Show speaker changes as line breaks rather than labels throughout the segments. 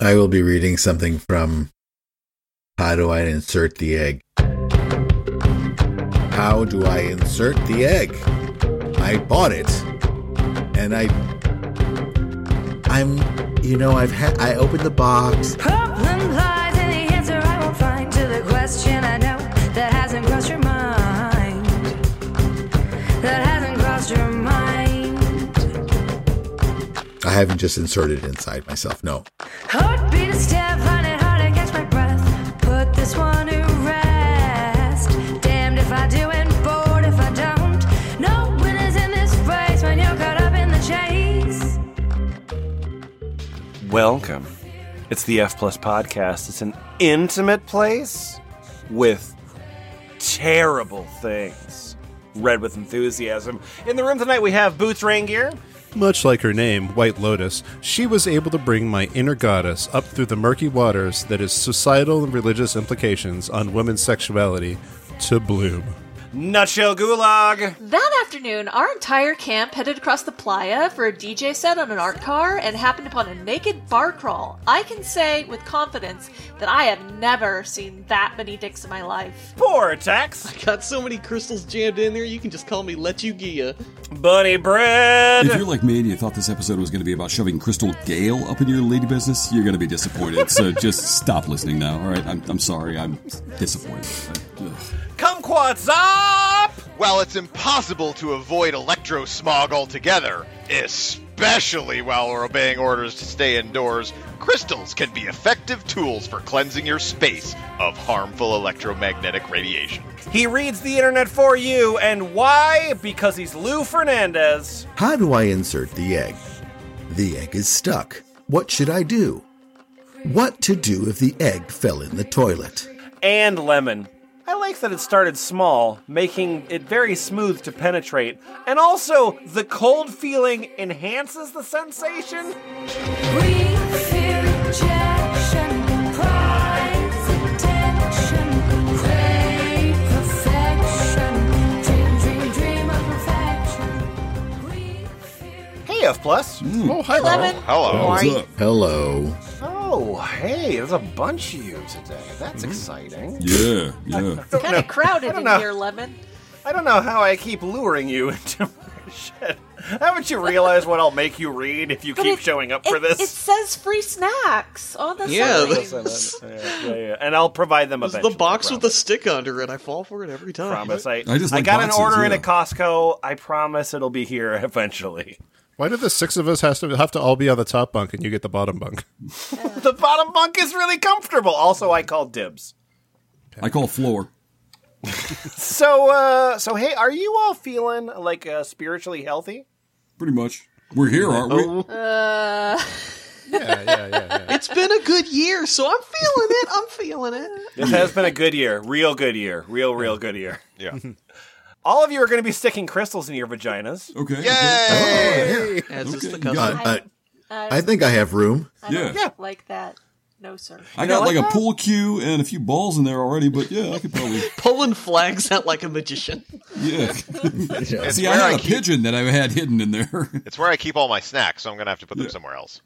I will be reading something from How Do I Insert the Egg? How do I insert the egg? I bought it. And I. I'm. You know, I've had. I opened the box.
Problem lies in the answer I won't find to the question I know that hasn't crossed your mind. That hasn't crossed your mind.
I haven't just inserted it inside myself. No.
Heartbeat is stiff, find it hard to catch my breath. Put this one to rest. Damned if I do and bored if I don't. No winners in this race when you're caught up in the chase.
Welcome. It's the F Plus Podcast. It's an intimate place with terrible things. Read with enthusiasm. In the room tonight, we have Boots Rain Gear.
Much like her name, White Lotus, she was able to bring my inner goddess up through the murky waters that is societal and religious implications on women's sexuality to bloom.
Nutshell Gulag.
That afternoon, our entire camp headed across the playa for a DJ set on an art car and happened upon a naked bar crawl. I can say with confidence that I have never seen that many dicks in my life.
Poor Tex.
Got so many crystals jammed in there, you can just call me Lechugia.
Bunny Bread.
If you're like me and you thought this episode was going to be about shoving Crystal Gale up in your lady business, you're going to be disappointed. so just stop listening now, all right? I'm, I'm sorry. I'm disappointed. I- ugh.
Kumquats up.
While it's impossible to avoid electro smog altogether, especially while we're obeying orders to stay indoors, crystals can be effective tools for cleansing your space of harmful electromagnetic radiation.
He reads the internet for you, and why? Because he's Lou Fernandez.
How do I insert the egg? The egg is stuck. What should I do? What to do if the egg fell in the toilet?
and lemon. I like that it started small, making it very smooth to penetrate, and also the cold feeling enhances the sensation.
We fear rejection, prize attention, crave perfection, dream, dream, dream of perfection. We fear
Hey, F plus.
Mm.
Oh, hi,
Lemon,
Hello.
What's up?
Hello.
Oh, hey, there's a bunch of you today. That's
Mm-hmm.
exciting.
Yeah, yeah.
kind of crowded
don't
in
know.
here, Lemon.
I don't know how I keep luring you into my shit. Haven't you realized what I'll make you read if you
But
keep
it-
showing up for
it-
this?
It says free snacks on the
Yeah,
sign.
Yeah, yeah, yeah. And I'll provide them
It's
eventually.
the box with the
promise.
stick under it. I fall for it every time.
promise. I,
I just
I
like
got
boxes,
an order in
yeah.
at Costco. I promise it'll be here eventually.
Why do the six of us has to have to all be on the top bunk and you get the bottom bunk?
The bottom bunk is really comfortable. Also, I call dibs.
I call floor.
So, uh, so hey, are you all feeling like uh, spiritually healthy?
Pretty much. We're here, aren't we?
Oh,
Oh.
Uh.
Yeah, yeah, yeah,
It's been a good year, so I'm feeling it. I'm feeling it.
This has been a good year, real good year, real, real good year.
Yeah.
All of you are going to be sticking crystals in your vaginas.
Okay. okay.
Yay!
As is
Okay,
the
you got
custom.
Uh, uh, I think I have room.
I don't
Yeah.
like that. No, sir.
I got like a pool cue and a few balls in there already, but yeah, I could probably.
Pulling flags out like a magician.
Yeah.
It's
See, I
where
had
I
a
keep-
pigeon that I had hidden in there.
It's where I keep all my snacks, so I'm gonna have to put them
Yeah.
somewhere else.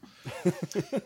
So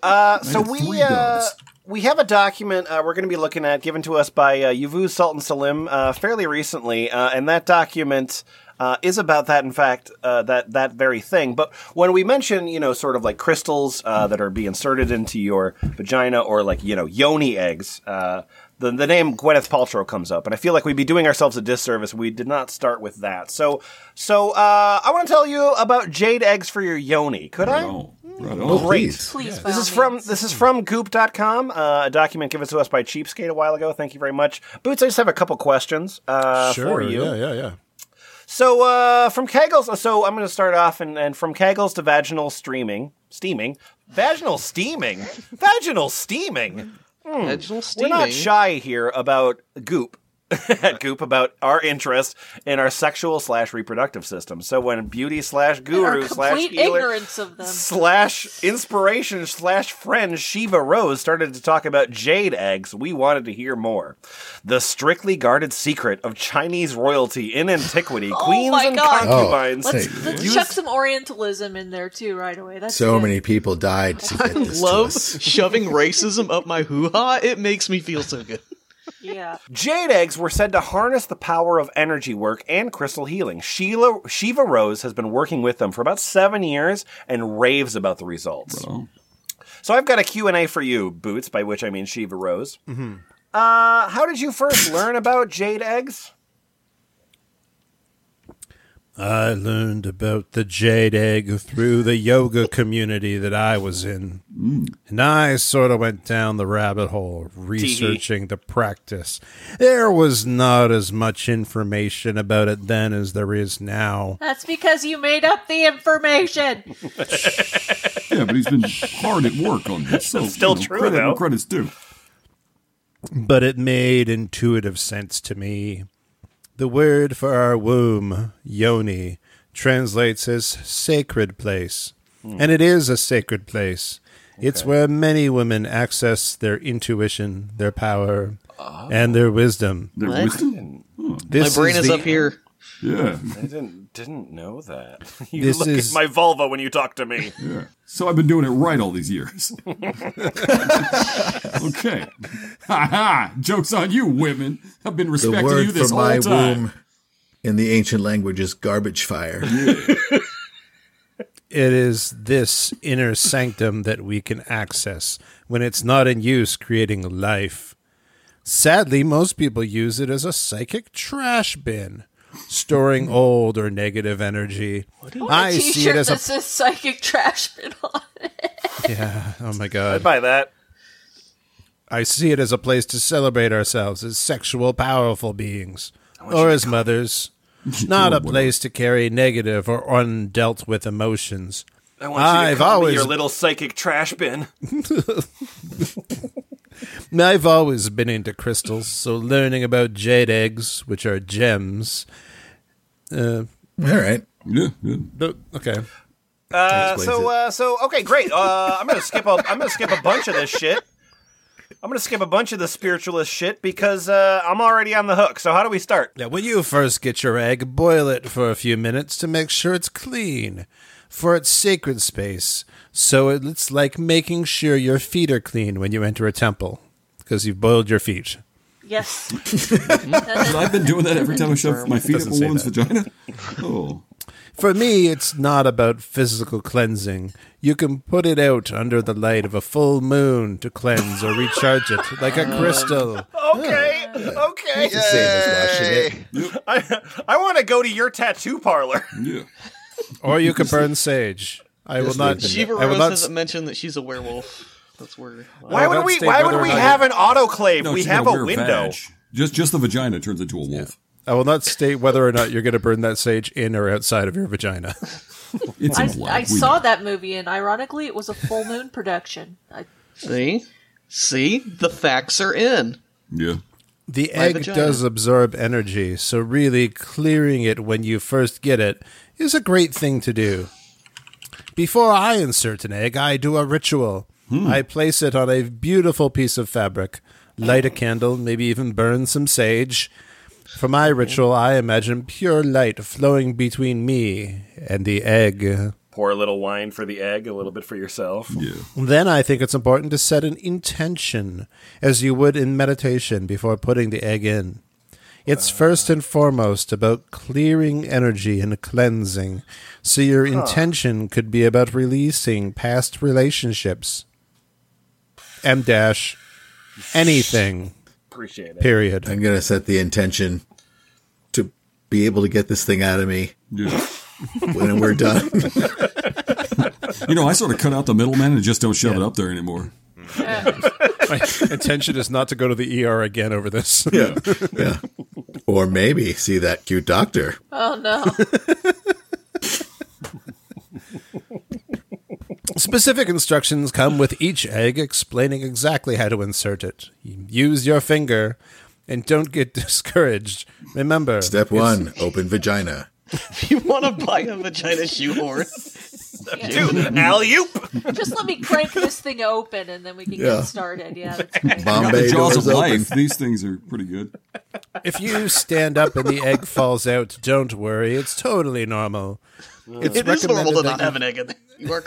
have
we
three
uh,
doves.
we have a document uh, we're going to be looking at, given to us by uh, Yuvu Sultan Salim uh, fairly recently, uh, and that document uh, is about that. In fact, uh, that that very thing. But when we mention, you know, sort of like crystals uh, that are being inserted into your vagina, or like you know, yoni eggs. Uh, the, the name Gwyneth Paltrow comes up, and I feel like we'd be doing ourselves a disservice. We did not start with that. So, so uh, I want to tell you about jade eggs for your yoni. Could I?
Right on. Right on.
Please.
Please, by
This
all
is from
means.
this is from Goop.com, uh, a document given to us by Cheapskate a while ago. Thank you very much, Boots. I just have a couple questions uh,
sure,
for you.
yeah, yeah, yeah.
So uh, from Kegels, so I'm going to start off and, and from Kegels to vaginal streaming, steaming, vaginal steaming, vaginal steaming. Hmm.
Vaginal
We're
steaming.
not shy here about Goop. at Goop about our interest in our sexual slash reproductive system. So when beauty slash
Our
guru slash
complete
healer
ignorance of them.
slash inspiration slash friend Shiva Rose started to talk about jade eggs, we wanted to hear more. The strictly guarded secret of Chinese royalty in antiquity, queens
Oh my
and
God.
concubines.
Let's,
Hey,
let's
use-
chuck some Orientalism in there too right away. That's
So
good.
many people died to get this to
Love
us.
shoving racism up my hoo ha. It makes me feel so good.
Yeah.
Jade eggs were said to harness the power of energy work and crystal healing. Sheila Shiva Rose has been working with them for about seven years and raves about the results.
Oh.
So I've got a Q&A for you, Boots, by which I mean Shiva Rose. Mm-hmm. Uh, how did you first learn about jade eggs?
I learned about the jade egg through the yoga community that I was in. And I sort of went down the rabbit hole researching the practice. There was not as much information about it then as there is now.
That's because you made up the information.
Yeah, but he's been hard at work on this. So,
still
you know,
true,
credit,
though.
Credit's due.
But it made intuitive sense to me. The word for our womb, yoni, translates as sacred place.
Hmm.
And it is a sacred place. It's where many women access their intuition, their power, and their wisdom.
Their
Ah. What?
wisdom?
Hmm.
Hmm.
My
This
brain is
the-
up here.
Yeah.
I didn't didn't know that. You
This
look
is-
at my vulva when you talk to me.
So I've been doing it right all these years. okay. Ha ha. Joke's on you, women. I've been
The
respecting you
word
this
for
whole
my
time.
womb in the ancient language is garbage fire.
It is this inner sanctum that we can access when it's not in use, creating life. Sadly, most people use it as a psychic trash bin, storing old or negative energy.
I
I
t
see it
shirt
as
that
a
says psychic trash bin on it.
yeah. Oh my god!
By that,
I see it as a place to celebrate ourselves as sexual, powerful beings, or as mothers. Not a place to carry negative or undealt with emotions.
I want you to
I've
call me
always-
your little psychic trash bin.
Now, I've always been into crystals, so learning about jade eggs, which are gems.
All right.
Yeah, yeah.
But, okay.
Uh, so uh, so okay, great. Uh, I'm gonna skip a I'm gonna skip a bunch of this shit. I'm gonna skip a bunch of the spiritualist shit because uh, I'm already on the hook. So how do we start?
Now, when you first get your egg, boil it for a few minutes to make sure it's clean for its sacred space. So it's like making sure your feet are clean when you enter a temple because you've boiled your feet.
Yes.
I've been doing that every time I shove my feet up
Doesn't
a
say
woman's
that.
vagina. Oh.
For me, it's not about physical cleansing. You can put it out under the light of a full moon to cleanse or recharge it like a crystal.
Okay, okay.
It's the same as washing it.
I I want to go to your tattoo parlor.
Yeah.
Or you can burn sage. I will
Just
not.
leave
Shiva
I will
Rose
not
hasn't mentioned that she's a werewolf. That's weird.
Why would
don't
we
state
Why
whether or
would we
not
have an autoclave?
No,
we
she's got
have
a
a
weird
window.
vag. Just just the vagina turns into a wolf.
I will not state whether or not you're going to burn that sage in or outside of your vagina.
It's
I,
a black.
I saw that movie, and ironically, it was a full moon production. I,
See? See? The facts are in.
Yeah.
The egg
vagina.
does absorb energy, so really clearing it when you first get it is a great thing to do. Before I insert an egg, I do a ritual. I place it on a beautiful piece of fabric, light a candle, maybe even burn some sage. For my ritual, I imagine pure light flowing between me and the egg.
Pour a little wine for the egg, a little bit for yourself.
Yeah.
Then I think it's important to set an intention, as you would in meditation before putting the egg in. It's
Ah.
first and foremost about clearing energy and cleansing, so your intention could be about releasing past relationships. M dash anything.
Appreciate it.
Period.
I'm going to set the intention to be able to get this thing out of me
Yeah.
when we're done.
You know, I sort of cut out the middleman and just don't shove it up there anymore.
My intention is not to go to the ER again over this.
yeah. Yeah. Or maybe see that cute doctor.
oh no.
Specific instructions come with each egg explaining exactly how to insert it. Use your finger. And don't get discouraged. Remember,
Step one, open vagina.
If you want to buy a vagina shoehorn,
Alley-oop!
Just let me crank this thing open and then we can
Yeah.
get started. Yeah, that's great.
the
Bombay
jaws of
doors open.
life. These things are pretty good.
if you stand up and the egg falls out, don't worry. It's totally normal. It's
it is normal to
recommended
not
that
have an egg in there. You are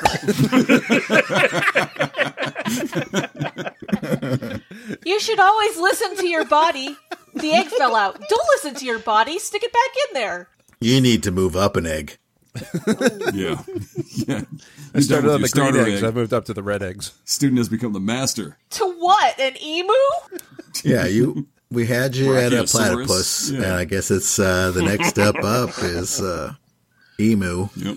correct.
You should always listen to your body. The egg fell out. Don't listen to your body. Stick it back in there.
You need to move up an egg.
Yeah. yeah.
I started on the green eggs. I
egg.
moved up to the red eggs.
Student has become the master.
To what? An emu?
Yeah, you. We had you at a
Brachiosaurus.
platypus,
Yeah.
and I guess it's uh, the next step up is uh, emu.
Yep.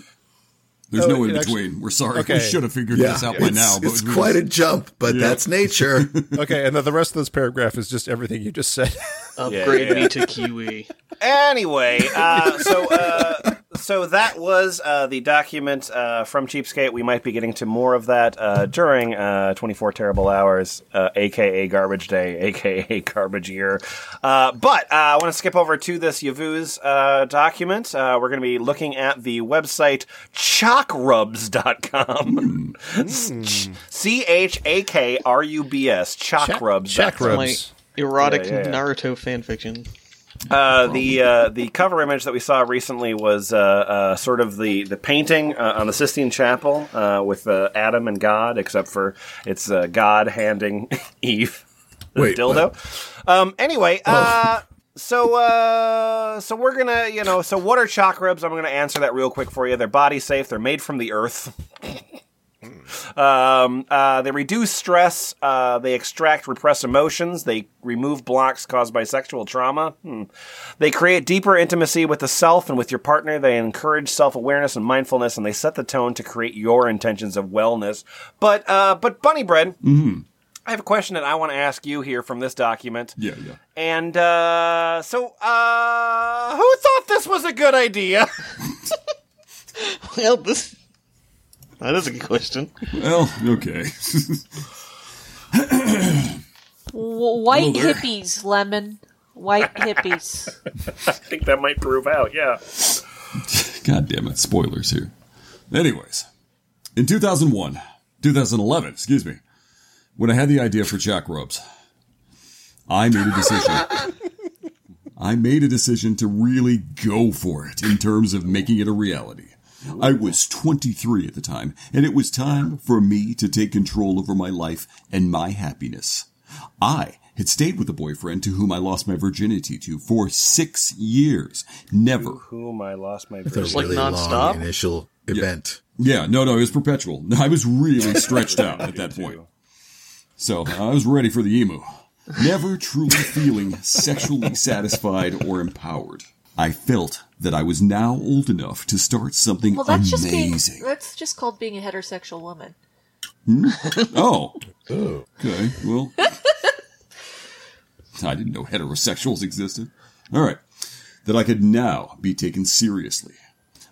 There's no in between. We're sorry.
Okay.
We should have figured this out by
it's,
now.
it's
we
quite a jump, but that's nature.
Okay, and then the rest of this paragraph is just everything you just said.
Upgrade me to Kiwi.
Anyway, uh, so uh, so that was uh, the document uh, from Cheapskate. We might be getting to more of that uh, during uh, 24 terrible hours, uh, aka Garbage Day, aka Garbage Year. Uh, but uh, I want to skip over to this Yavuz uh, document. Uh, we're going to be looking at the website chalkrubs.com. C H A K R U B S, chalkrubs. dot com.
Chakrubs.
My erotic
Yeah, yeah, yeah.
Naruto fanfiction.
Uh, the uh, the cover image that we saw recently was uh, uh, sort of the the painting uh, on the Sistine Chapel uh, with uh, Adam and God, except for it's uh, God handing Eve the
Wait,
dildo. Um, anyway, uh, so uh, so we're gonna you know so what are chakrubs? I'm gonna answer that real quick for you. They're body safe. They're made from the earth. Um, uh, they reduce stress. Uh, they extract repressed emotions. They remove blocks caused by sexual trauma. Hmm. They create deeper intimacy with the self and with your partner. They encourage self awareness and mindfulness, and they set the tone to create your intentions of wellness. But uh, but Bunny Bread,
Mm-hmm.
I have a question that I want to ask you here from this document.
Yeah, yeah.
And uh, so, uh, who thought this was a good idea?
Well, this that is a good question.
Well, okay.
W- white
Hello there.
hippies, lemon. White hippies.
I think that might prove out. Yeah.
God damn it. Spoilers here. Anyways, in 2001, 2011, excuse me, when I had the idea for Jack Rubs, I made a decision. I made a decision to really go for it in terms of making it a reality. I was 23 at the time, and it was time for me to take control over my life and my happiness. I had stayed with a boyfriend to whom I lost my virginity to for six years, never
Whom I lost my.
It's a
like
really
nonstop?
long initial event.
Yeah, no, no, it was perpetual. I was really stretched out at that point. So I was ready for the emu. Never truly feeling sexually satisfied or empowered. I felt that I was now old enough to start something
Well, that's just being.
amazing.
That's just called being a heterosexual woman.
Oh. Okay, well. I didn't know heterosexuals existed. All right. That I could now be taken seriously.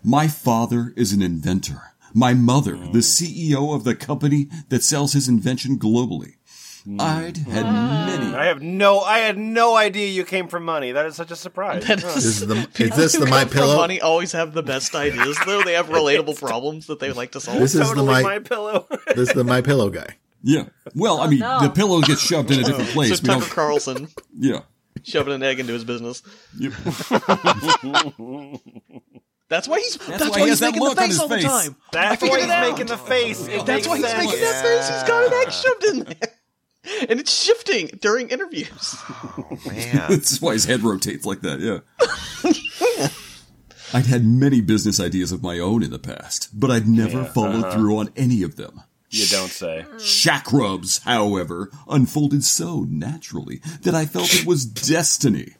My father is an inventor. My mother, the CEO of the company that sells his invention globally. I'd had
Uh-huh.
many.
Mm. I have no. I had no idea you came from money. That is such a surprise. Huh.
Is, the, is this the my
From
pillow?
Money always have the best ideas, though. They have relatable problems that they like to solve.
This is the
totally
my,
my pillow.
this is the my pillow guy.
Yeah. Well, I mean,
no.
the pillow gets shoved in a different
so
place. We
Tucker
don't,
Carlson
yeah.
shoving an egg into his business.
Yep.
That's why he's. That's,
why
why,
he has
he's
that
making
look
the
on
face
his
all
face.
the time.
That's
figured
why
it
he's
out.
making the face. It
That's
makes
why he's
sense.
making that face. He's got an egg shoved in there, and it's shifting during interviews.
Oh,
Man.
That's why his head rotates like that, yeah. I'd had many business ideas of my own in the past, but I'd never followed through on any of them.
uh-huh. You don't say.
Chakrubs, however, unfolded so naturally that I felt it was destiny.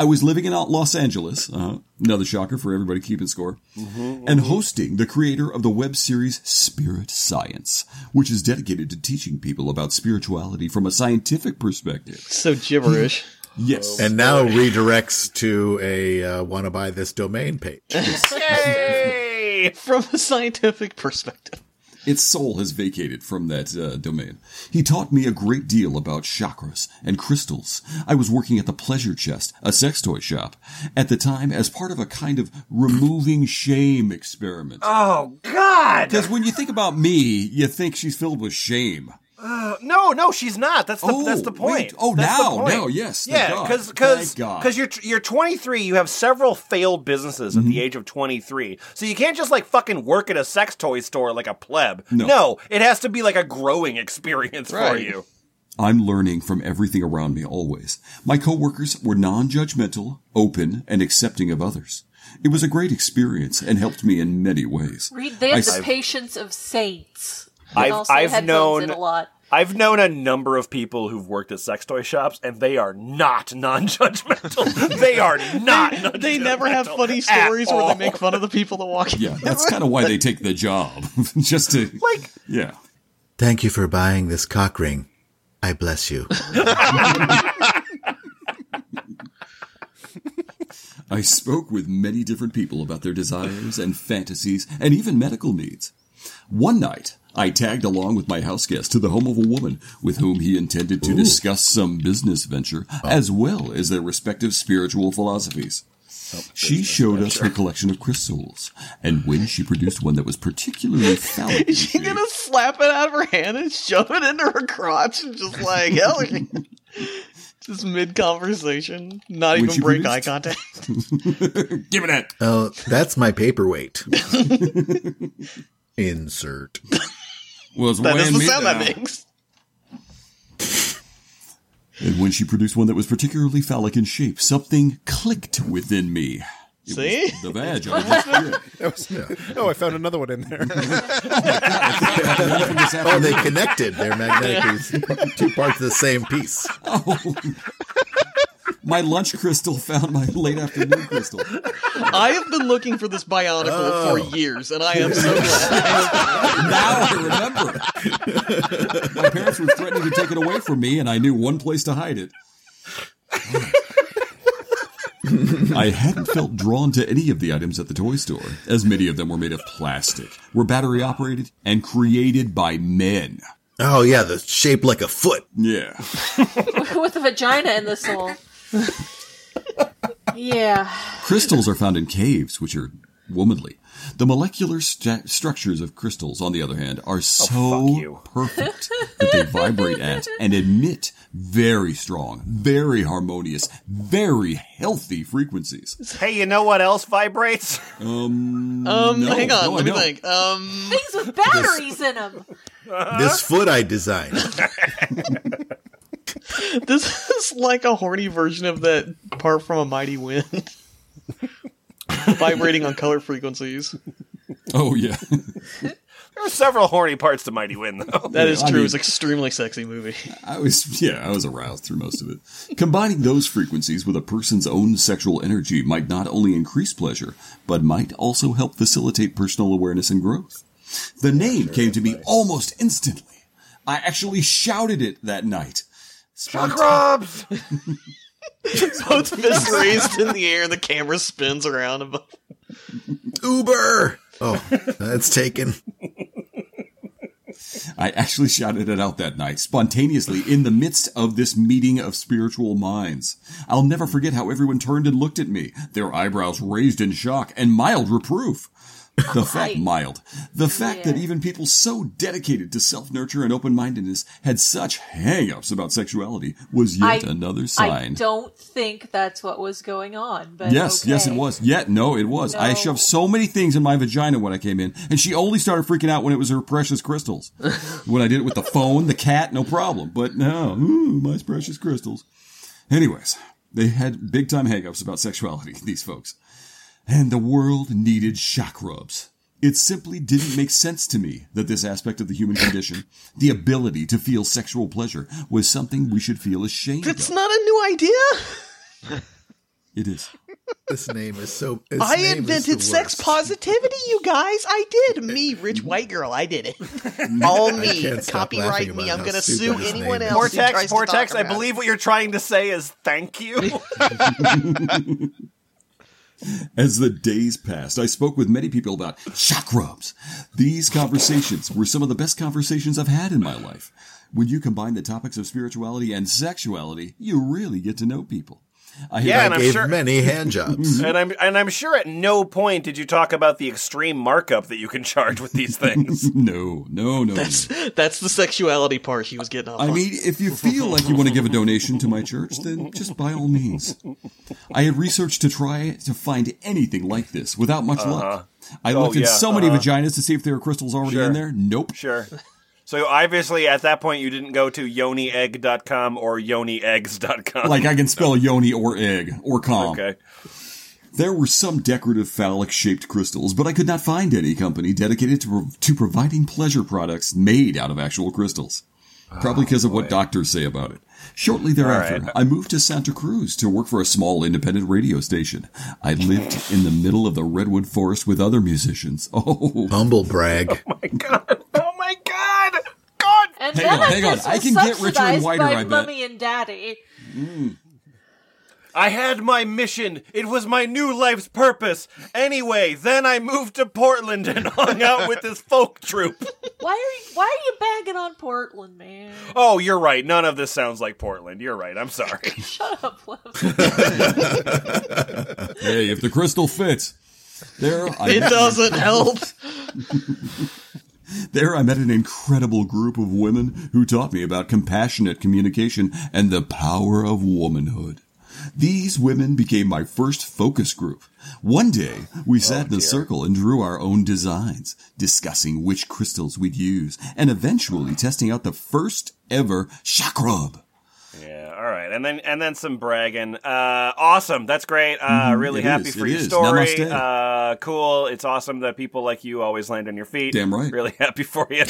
I was living in Los Angeles, uh, another shocker for everybody keeping score, and
Mm-hmm.
hosting the creator of the web series Spirit Science, which is dedicated to teaching people about spirituality from a scientific perspective.
so gibberish.
Yes.
And now redirects to a uh, want to buy this domain page.
Yay!
From a scientific perspective.
Its soul has vacated from that uh, domain. He taught me a great deal about chakras and crystals. I was working at the Pleasure Chest, a sex toy shop, at the time as part of a kind of removing shame experiment.
Oh God!
Because when you think about me, you think she's filled with shame.
Uh, No, no, she's not. That's the
Oh,
that's the point.
wait. Oh,
That's
now,
the point.
now, yes, thank
yeah,
God.
because
Thank God.
because you're tr- you're 23. You have several failed businesses at
Mm-hmm.
the age of 23, so you can't just like fucking work at a sex toy store like a pleb. No, it has to be like a growing experience for
Right.
you.
I'm learning from everything around me always. My coworkers were non-judgmental, open, and accepting of others. It was a great experience and helped me in many ways.
Read they have
I-
the patience of saints. And
I've-
also
I've
headphones
known-
in a lot.
I've known a number of people who've worked at sex toy shops, and they are not non-judgmental. they are not. non-judgmental
They never have funny
at
stories where
all.
they make fun of the people that walk in.
Yeah, that's kind of why they take the job, just to
Like-
yeah.
Thank you for buying this cock ring. I bless you.
I spoke with many different people about their desires and fantasies and even medical needs. One night, I tagged along with my house guest to the home of a woman with whom he intended to discuss some business venture as well as their respective spiritual philosophies. She showed us her collection of crystals, and when she produced one that was particularly phallic, in
Is she
shape-
gonna slap it out of her hand and shove it into her crotch and just like hell? yeah. just mid conversation, not
When
even
she
break
produced-
eye contact.
give it that.
Oh, that's my paperweight. Insert.
Was
That is
weighing
the
me
sound that
down.
makes.
And when she produced one that was particularly phallic in shape, something clicked within me. It was
See?
the badge. I just did.
Oh, I found another one in there.
Laughing this
Oh,
afternoon.
they connected. They're magnetically two parts of the same piece.
Oh. My lunch crystal found my late afternoon crystal.
I have been looking for this bionicle
Oh.
for years, and I am so glad.
Now I remember. My parents were threatening to take it away from me, and I knew one place to hide it. I hadn't felt drawn to any of the items at the toy store, as many of them were made of plastic, were battery operated, and created by men.
Oh yeah, the shape like a foot.
Yeah.
with a vagina in the soul. yeah.
Crystals are found in caves, which are womanly. The molecular sta structures of crystals, on the other hand,
Oh,
are so
you.
perfect that they vibrate at and emit very strong, very harmonious, very healthy frequencies.
Hey, you know what else vibrates?
Um,
No,
hang on,
no, I
let me
don't.
think. Um,
Things with batteries in them.
Uh-huh.
This foot I designed.
this is like a horny version of that part from A Mighty Wind, vibrating on color frequencies.
Oh, yeah.
There are several horny parts to Mighty Win, though.
That is
I
true.
mean-
it's an extremely sexy movie.
I was, yeah, I was aroused through most of it. Combining those frequencies with a person's own sexual energy might not only increase pleasure, but might also help facilitate personal awareness and growth. The name came to me almost instantly. I actually shouted it that night. Spontan-
Grubs!
Both fists raised in the air, the camera spins around above.
Uber. Oh, that's taken.
I actually shouted it out that night, spontaneously, in the midst of this meeting of spiritual minds. I'll never forget how everyone turned and looked at me, their eyebrows raised in shock and mild reproof. The fact, mild,
Oh,
the fact that even people so dedicated to self nurture and open mindedness had such hang ups about sexuality was yet
I-
another
I
sign.
don't think that's what was going on. But
Yes, yes, it
okay.
was. Yeah, no, it was. I
No.
shoved so many things in my vagina when I came in, and she only started freaking out when it was her precious crystals. when I did it with the phone, the cat, no problem. But no, ooh, my precious crystals. Anyways, they had big time hangups about sexuality, these folks. And the world needed shock rubs. It simply didn't make sense to me that this aspect of the human condition, the ability to feel sexual pleasure, was something we should feel ashamed
That's
of.
not a new idea.
it is.
This name is so. This
I
name is
invented
the
sex
worst. Mm-hmm.
positivity, you guys. I did. Me, rich white girl. I did it. All me.
can't stop laughing
Copyright
about
me. I'm
how
going to
stupid
sue
his
anyone
name is.
else. who tries
Portex,
to talk
Portex, I
around it.
believe what you're trying to say is thank you.
As the days passed, I spoke with many people about chakrams. These conversations were some of the best conversations I've had in my life. When you combine the topics of spirituality and sexuality, you really get to know people. I
Yeah, and I'm
Gave
sure-
many hand jobs.
And I'm and I'm sure at no point did you talk about the extreme markup that you can charge with these things.
no, no, no. no.
That's the sexuality part he was getting off.
I
on.
mean, if you feel like you want to give a donation to my church, then just by all means. I had researched to try to find anything like this without much luck. I looked in
Uh-huh. Oh, yeah, uh-huh.
so many vaginas to see if there were crystals already in there. Nope.
Sure. So obviously at that point you didn't go to yoniegg.com or yonieggs.com.
Like I can spell yoni or egg or com.
okay.
There were some decorative phallic shaped crystals, but I could not find any company dedicated to, prov- to providing pleasure products made out of actual crystals. Probably because of what doctors say about it. Shortly thereafter, I moved to Santa Cruz to work for a small independent radio station. I lived in the middle of the redwood forest with other musicians. Oh,
Humble brag.
God. Oh my god. God.
And
Hang
then
on,
I
hang on.
guess
I
was
can get richer and
subsidized
whiter,
by
I bet.
mummy and daddy.
I had my mission. It was my new life's purpose. Anyway, then I moved to Portland and hung out with this folk troupe.
Why are you, why are you bagging on Portland, man?
Oh, you're right. None of this sounds like Portland. You're right. I'm sorry.
Shut up, love.
hey, if the crystal fits. There, I
it
met-
doesn't help.
There, I met an incredible group of women who taught me about compassionate communication and the power of womanhood. These women became my first focus group. One day, we sat in a circle and drew our own designs, discussing which crystals we'd use, and eventually testing out the first ever chakrub.
Yeah, all right, and then and then some bragging. Uh, awesome, that's great. Uh, really
Mm, it
happy
is,
for
it
your
is.
story.
Namaste.
Uh, cool. It's awesome that people like you always land on your feet.
Damn right.
Really happy for you.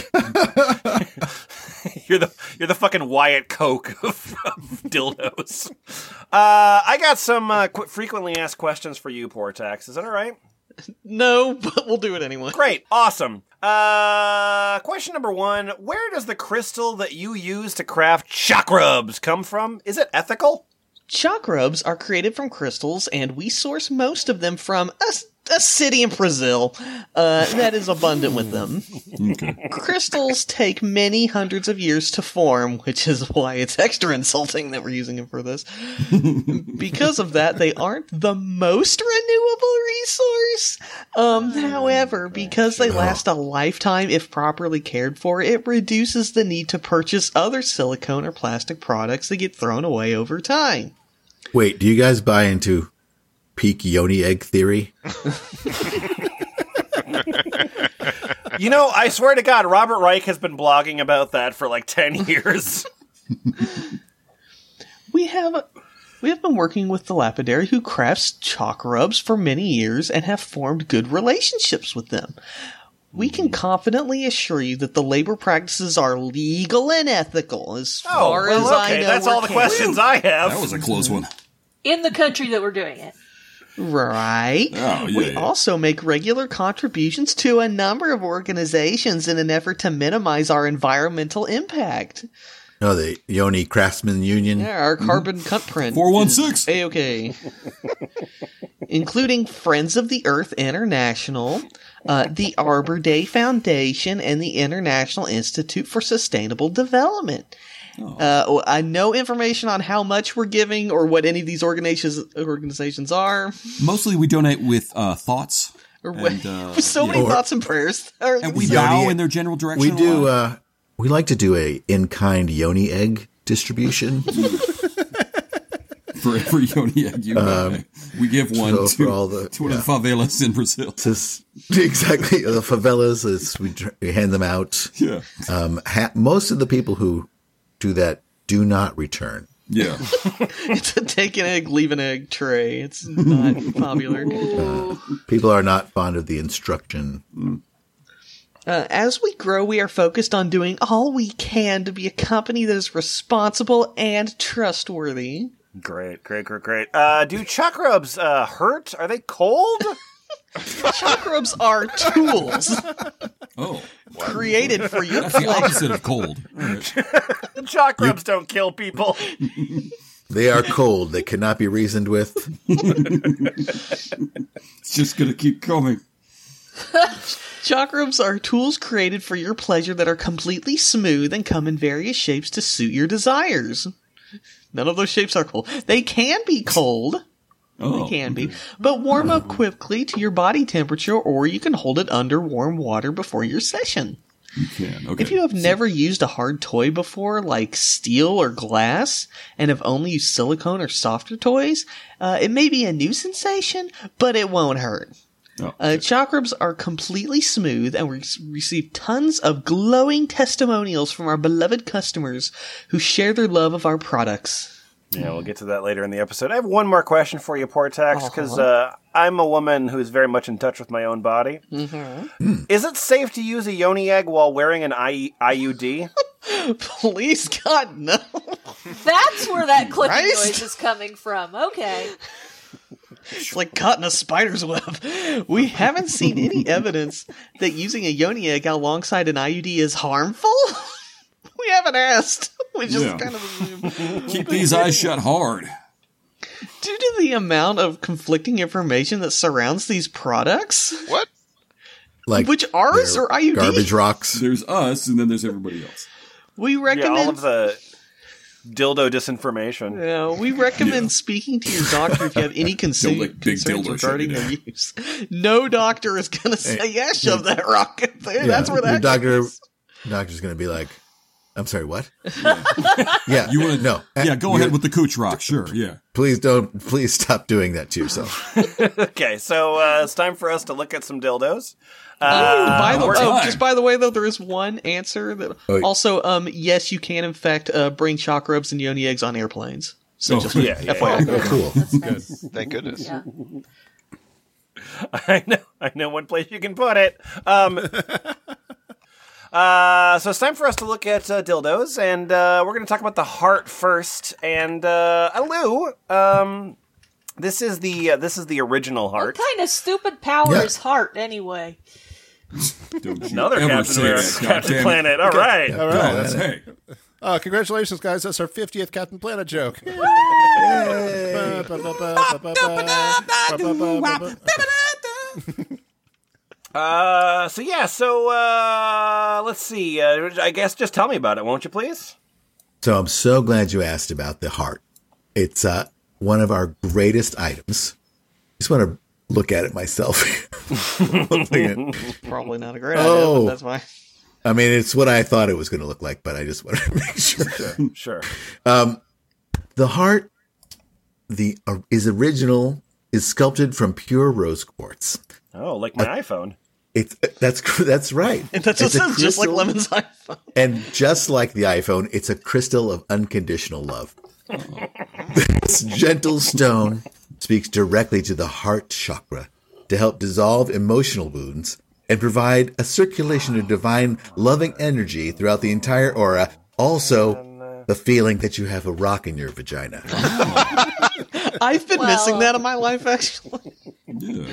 you're the you're the fucking Wyatt Coke of, of dildos. Uh, I got some uh, qu- frequently asked questions for you, Portax. Is that all right?
No, but we'll do it anyway.
Great, awesome. Uh, question number one: Where does the crystal that you use to craft chakrubs come from? Is it ethical?
Chakrubs are created from crystals, and we source most of them from a, s- a city in Brazil uh, that is abundant with them. Crystals take many hundreds of years to form, which is why it's extra insulting that we're using them for this. because of that, they aren't the most renewable resource. Um, however, because they last a lifetime if properly cared for, it reduces the need to purchase other silicone or plastic products that get thrown away over time.
Wait, do you guys buy into peak yoni egg theory?
You know, I swear to God, Robert Reich has been blogging about that for like ten years.
We have we have been working with the lapidary who crafts chalk rubs for many years and have formed good relationships with them. We can confidently assure you that the labor practices are legal and ethical as far
Oh, well,
as I
okay,
know.
that's
or
all the
can.
questions I have.
That was a close one.
In the country that we're doing it.
Right.
Oh, yeah,
we
yeah.
also make regular contributions to a number of organizations in an effort to minimize our environmental impact.
Mm-hmm.
No, the Yoni Craftsman Union.
Yeah, our
Mm-hmm.
carbon footprint.
416.
A okay. Including Friends of the Earth International, uh, the Arbor Day Foundation, and the International Institute for Sustainable Development.
Oh.
Uh, I no information on how much we're giving or what any of these organizations organizations are.
Mostly we donate with uh, thoughts.
Or what-
And, uh,
so many
Or-
thoughts and prayers.
And we
Yoni
bow
egg.
in their general
We
direction. a
do.
lot.
Uh, we like to do a in-kind yoni egg distribution.
for every yoni egg you buy. We give one
Um, so for
to,
all the-
to one of the favelas in Brazil.
This exactly the favelas is we, tr- we hand them out.
Yeah.
Um, ha- most of the people who do that do not return.
Yeah.
it's a take an egg, leave an egg tray. It's not popular.
People are not fond of the instruction.
Uh, as we grow, we are focused on doing all we can to be a company that is responsible and trustworthy.
great, great, great, great. Uh, do chakrubs uh, hurt? Are they cold?
Chakrubs are tools
Oh.
created for your
That's the
pleasure.
opposite of cold. All right.
chakrubs don't kill people.
They are cold. They cannot be reasoned with.
It's just going to keep coming.
Chakrams are tools created for your pleasure that are completely smooth and come in various shapes to suit your desires. None of those shapes are cold. They can be cold.
Oh,
They can be. But warm up quickly to your body temperature or you can hold it under warm water before your session.
You can. Okay.
If you have never used a hard toy before, like steel or glass, and have only used silicone or softer toys, uh, it may be a new sensation, but it won't hurt.
Oh,
Uh, chakrams are completely smooth, and we receive tons of glowing testimonials from our beloved customers who share their love of our products.
Yeah, we'll get to that later in the episode. I have one more question for you, Portax, because uh, I'm a woman who's very much in touch with my own body. Is it safe to use a yoni egg while wearing an I- IUD?
Please, God, no.
That's where that clicking
Christ.
noise is coming from. Okay.
It's like caught in a spider's web. We haven't seen any evidence that using a yoni egg alongside an IUD is harmful. we haven't asked. We just
Yeah.
kind of assume.
Keep these eyes shut hard.
Due to the amount of conflicting information that surrounds these products,
What?
Like
Which ours
they're
or IUD?
Garbage rocks.
There's us, and then there's everybody else.
we
yeah,
recommend
all of the dildo disinformation.
Yeah, we recommend speaking to your doctor if you have any conce-
like big
concerns
dildo
regarding
shoving
their use. No doctor is going to say, yeah, shove that rock in there. That's where
your
that
doctor.
goes.
Doctor's gonna be like, "I'm sorry, what? yeah,
You want to
no?
Yeah, go
You-
ahead with the cooch rock. Sure. Yeah.
Please don't. Please stop doing that to yourself.
Okay, so uh, it's time for us to look at some dildos. Uh,
by the,
we're
oh,
fine.
just by the way, though, there is one answer that
Oh.
also, um, yes, you can in fact uh, bring shock rubs and yoni eggs on airplanes. So
Oh.
just
Yeah, yeah,
FYI.
Oh, cool.
Thank goodness.
Yeah.
I know, I know one place you can put it. Um, uh, so it's time for us to look at uh, dildos, and uh, we're going to talk about the heart first. And uh, Alu, um, this is the uh, this is the original
What
heart.
kind of stupid power
Yeah.
is heart anyway?
Don't you
Another
ever
Captain
say
America,
that,
Captain
goddammit.
Planet. All right,
All
No,
right.
that's hey.
Uh, congratulations, guys. That's our 50th Captain Planet joke.
Uh, so yeah, so uh, let's see. Uh, I guess just tell me about it, won't you, please?
So I'm so glad you asked about the heart. It's uh, one of our greatest items. Just want to look at it myself. Looking at-
Probably not a great idea,
Oh.
but that's why.
I mean, it's what I thought it was going to look like, but I just wanted to make sure. Um,
Sure.
The heart, the uh, is original, is sculpted from pure rose quartz. Uh,
Oh, like my iPhone.
It's uh, that's that's right.
That just
It's a
sounds just like
crystal-
Lemon's iPhone.
And just like the iPhone, it's a crystal of unconditional love. this gentle stone speaks directly to the heart chakra to help dissolve emotional wounds and provide a circulation of divine loving energy throughout the entire aura. Also, the feeling that you have a rock in your vagina.
I've been
Well-
missing that in my life, actually.
Yeah.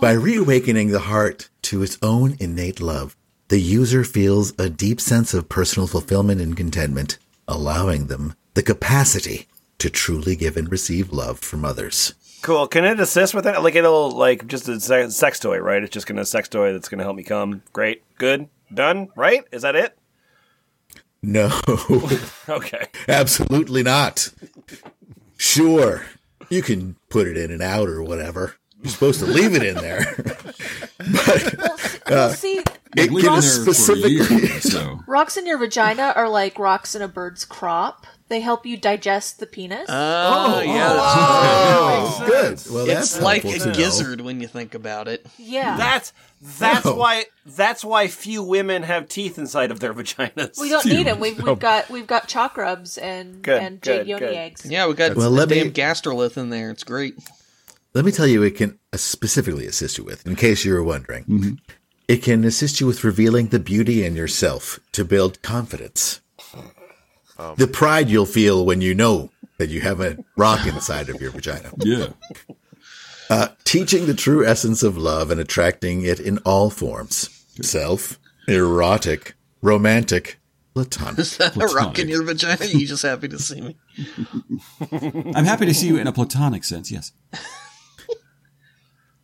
By reawakening the heart to its own innate love, the user feels a deep sense of personal fulfillment and contentment, allowing them the capacity to truly give and receive love from others.
Cool. Can it assist with that? Like it'll like just a se- sex toy, right? It's just gonna sex toy that's gonna help me come. Great. Good. Done. Right? Is that it?
No,
Okay.
absolutely not. Sure, you can put it in and out or whatever. You're supposed to leave it in there. uh,
Well, see,
It
Leave it there for
can
a year,
specifically
so
rocks in your vagina are like rocks in a bird's crop. They help you digest the penis.
Oh, yeah.
Oh, good. Well,
It's
that's
like a
helpful to know.
gizzard when you think about it.
yeah.
That's that's
No.
why that's why few women have teeth inside of their vaginas.
we don't need them. We've, we've got we've got chakrubs and
Good,
and jade
good,
yoni
good.
eggs.
Yeah, we got
Well,
the
let me-
damn gastrolith in there. It's great.
Let me tell you, it can uh, specifically assist you with, in case you were wondering.
Mm-hmm.
It can assist you with revealing the beauty in yourself to build confidence. the pride you'll feel when you know that you have a rock inside of your vagina.
yeah.
Uh, Teaching the true essence of love and attracting it in all forms self, erotic, romantic, platonic.
Is that a rock in
Platonic.
your vagina? Are you just happy to see me?
I'm happy to see you in a platonic sense, yes.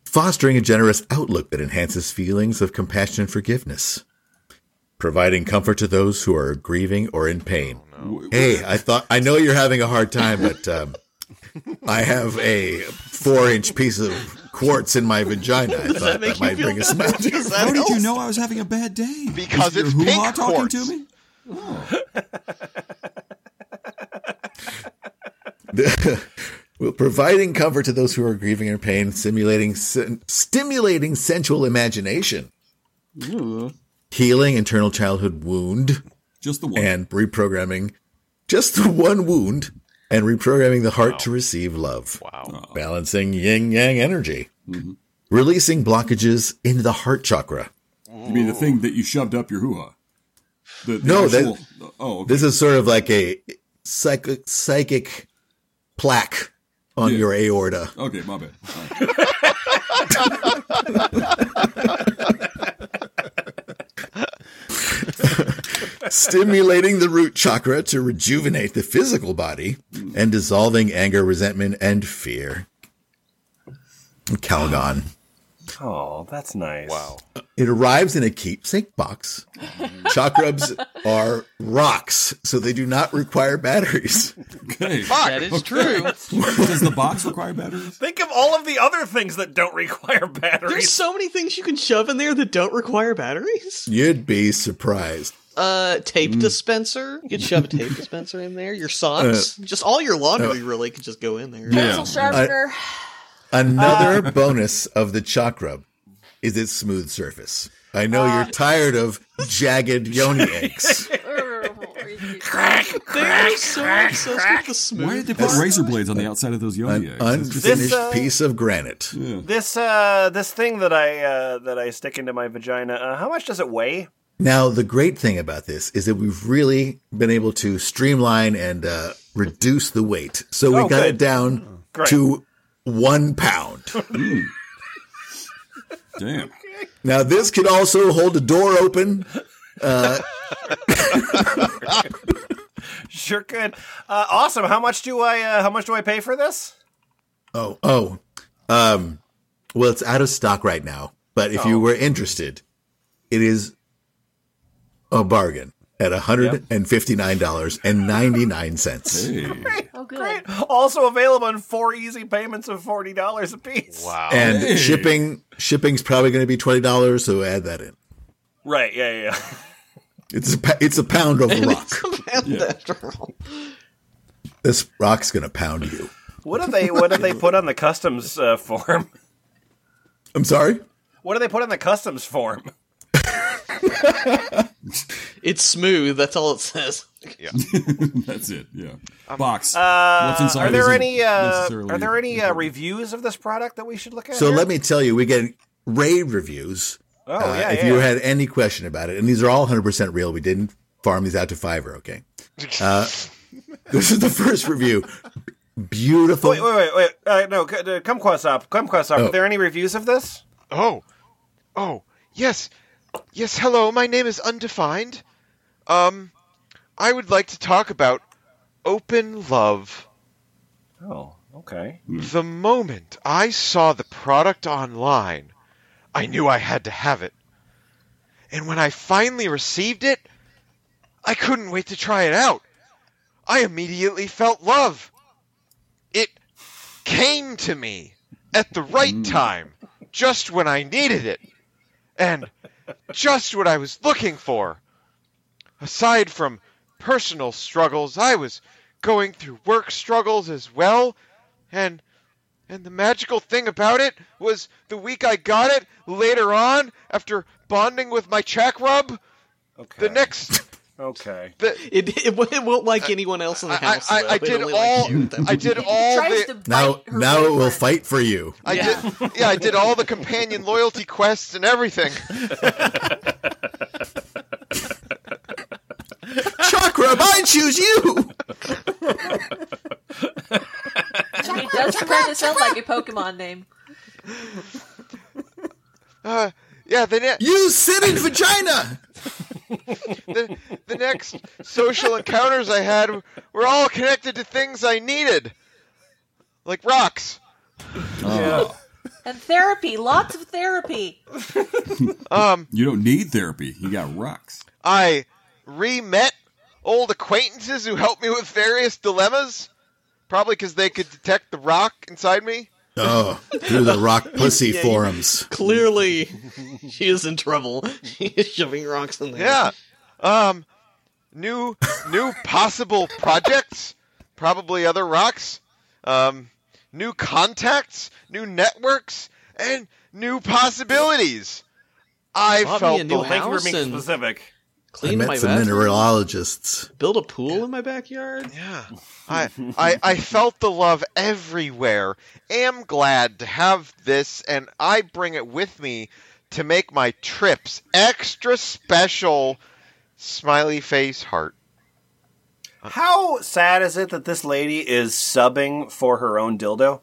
fostering a generous outlook that enhances feelings of compassion and forgiveness, providing comfort to those who are grieving or in pain.
Oh,
Hey, I thought I know you're having a hard time, but um, I have a four-inch piece of quartz in my vagina. I thought
make
that
you
might
feel
bring a smile. to your-
Does that
How did you
help?
know I was having a bad day?
Because
Is
it's
your
pink
hoo-ha talking
quartz.
to me?
Well, providing comfort to those who are grieving or in pain, simulating, sen- stimulating sensual imagination, healing internal childhood wound.
Just the one.
and reprogramming just the one wound and reprogramming the heart to receive love.
Wow.
Balancing yin yang energy.
Mm-hmm.
Releasing blockages in the heart chakra.
Oh.
you mean the thing that you shoved up your hoo-ha? The, the
No, that-
actual- oh, okay.
This is sort of like a psychic, psychic plaque on
Yeah.
your aorta.
okay, my bad. All right.
stimulating the root chakra to rejuvenate the physical body
Hmm.
and dissolving anger, resentment, and fear. Calgon.
Oh, that's nice.
Wow.
It arrives in a keepsake box. Chakrubs are rocks, so they do not require batteries.
Okay.
That is true.
Does the box require batteries?
Think of all of the other things that don't require batteries.
There's so many things you can shove in there that don't require batteries.
You'd be surprised.
Uh, tape
Mm.
dispenser. You could shove a tape dispenser in there. Your socks.
Uh,
just all your laundry really could just go in there.
Pencil sharpener.
Uh.
Another bonus of the chakrub is its smooth surface. I know
Uh.
you're tired of jagged yoni eggs.
They're so obsessed with the
Why did
smooth.
they put razor blades on the outside of those yoni eggs? That's just-
Unfinished
uh,
piece of granite.
This uh, this thing that I uh, that I stick into my vagina. Uh, how much does it weigh?
Now, the great thing about this is that we've really been able to streamline and uh, reduce the weight. So we
Oh,
got
good.
it down
Great. Hmm.
to one pound.
Damn.
Now, this could also hold a door open. uh,
Sure could. Uh, awesome. How much do I uh, how much do I pay for this?
Oh, oh. Um, well, it's out of stock right now, but if
Oh.
you were interested, it is a bargain at $159.99.
Hey.
Oh, good.
Great. Also available in four easy payments of forty dollars apiece.
Wow.
And
Hey.
shipping shipping's probably going to be $20, so add that in.
Right. Yeah. Yeah. yeah.
It's a, pa- it's a pound of rock.
Yeah.
After all.
This rock's going to pound you.
What do they What do they put on the customs uh, form?
I'm sorry?
What do they put on the customs form?
It's smooth. That's all it says.
That's it. Yeah. Box. What's
Um, Uh,
inside
are there
isn't
any uh,
necessarily
Are there any uh,
important.
reviews of this product that we should look at?
So
here?
let me tell you, we get rave reviews.
Uh, Oh
Uh,
yeah.
if
yeah.
you had any question about it, and these are all 100% real, we didn't farm these out to Fiverr, okay? Uh, this is the first review. Beautiful.
wait, wait, wait, wait. Uh, no, c- uh, come quest up. Come quest up.
Oh.
Are there any reviews of this?
Oh, oh, yes, yes. Hello, my name is Undefined. Um, I would like to talk about open love.
Oh, okay.
The moment I saw the product online, I knew I had to have it. And when I finally received it, I couldn't wait to try it out. I immediately felt love. It came to me at the right time, just when I needed it, and just what I was looking for. Aside from personal struggles, I was going through work struggles as well, and and the magical thing about it was the week I got it later on after bonding with my check rub the
Okay.
next
Okay.
the,
It, it, won't- it won't like anyone else in the
I,
house.
I,
though.
I
It
did
only
all
likes you at that
I did
It
all
tries
the
to bite
now,
her
now it will
boyfriend.
fight for you.
I
Yeah.
did yeah I did all the companion loyalty quests and everything.
Chakra, I choose you.
It does kind of sound like a Pokemon name.
Uh, yeah, they ne-
You sit in vagina.
the, the next social encounters I had were all connected to things I needed, like rocks.
Oh.
And therapy, lots of therapy.
Um,
You don't need therapy. You got rocks.
I re-met old acquaintances who helped me with various dilemmas, probably because they could detect the rock inside me.
Oh, through the rock pussy forums.
Clearly, she is in trouble. She is shoving rocks in there.
Yeah. Um, new new possible projects, probably other rocks. Um, new contacts, new networks, and new possibilities. I
Bought me
felt
a
the
new
link.
Thank you for being
Allison.
specific.
I
Clean my
met some
bathroom.
mineralogists.
Build a pool in my backyard.
Yeah. I, I I felt the love everywhere. Am glad to have this and I bring it with me to make my trips extra special. Smiley face heart.
How sad is it that this lady is subbing for her own dildo?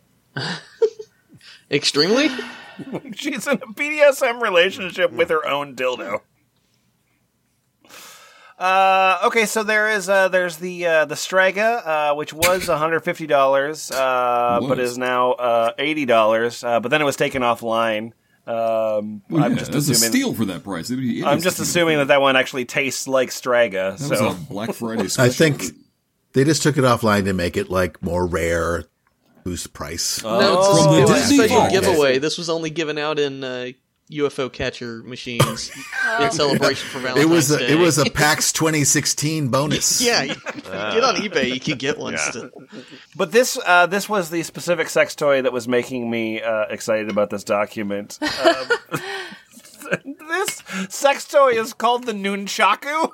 Extremely.
She's in a BDSM relationship with her own dildo. Uh, okay, so there is uh, there's the uh, the Strega, uh, which was $150, uh, but
Was.
is now uh, $80. Uh, but then it was taken offline. Um,
Well,
I'm
yeah,
just
that's a
assuming.
steal for that price. It'd be- it
I'm
is
just
a steal.
assuming that that one actually tastes like Strega.
That
so
was a Black Friday
I
special.
think they just took it offline to make it like more rare, boost price.
No, it's a-
Oh. From the
it was a
Disney
special
Vault.
giveaway. This was only given out in uh, UFO catcher machines in celebration for
it
Valentine's
was a,
Day.
it was a PAX 2016 bonus.
yeah. you- Get on eBay. You can get one still.
But this uh, this was the specific sex toy that was making me uh, excited about this document. Um, this sex toy is called the Nunchaku.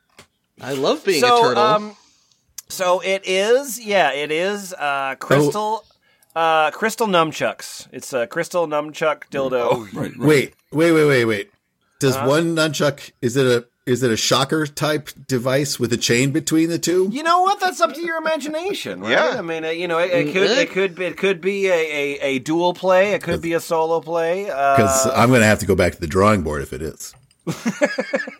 I love being a
So
turtle.
um, so it is yeah it is uh, crystal uh, crystal nunchucks. It's a crystal nunchuck dildo.
Oh,
Right, right.
Wait, wait, wait, wait, wait. Does
Uh-huh.
one nunchuck is it a is it a shocker type device with a chain between the two?
You know what? That's up to your imagination, right?
Yeah.
I mean, uh, you know, it, it could it could it could be a, a, a dual play. It could be a solo play. Uh,
Because I'm going to have to go back to the drawing board if it is.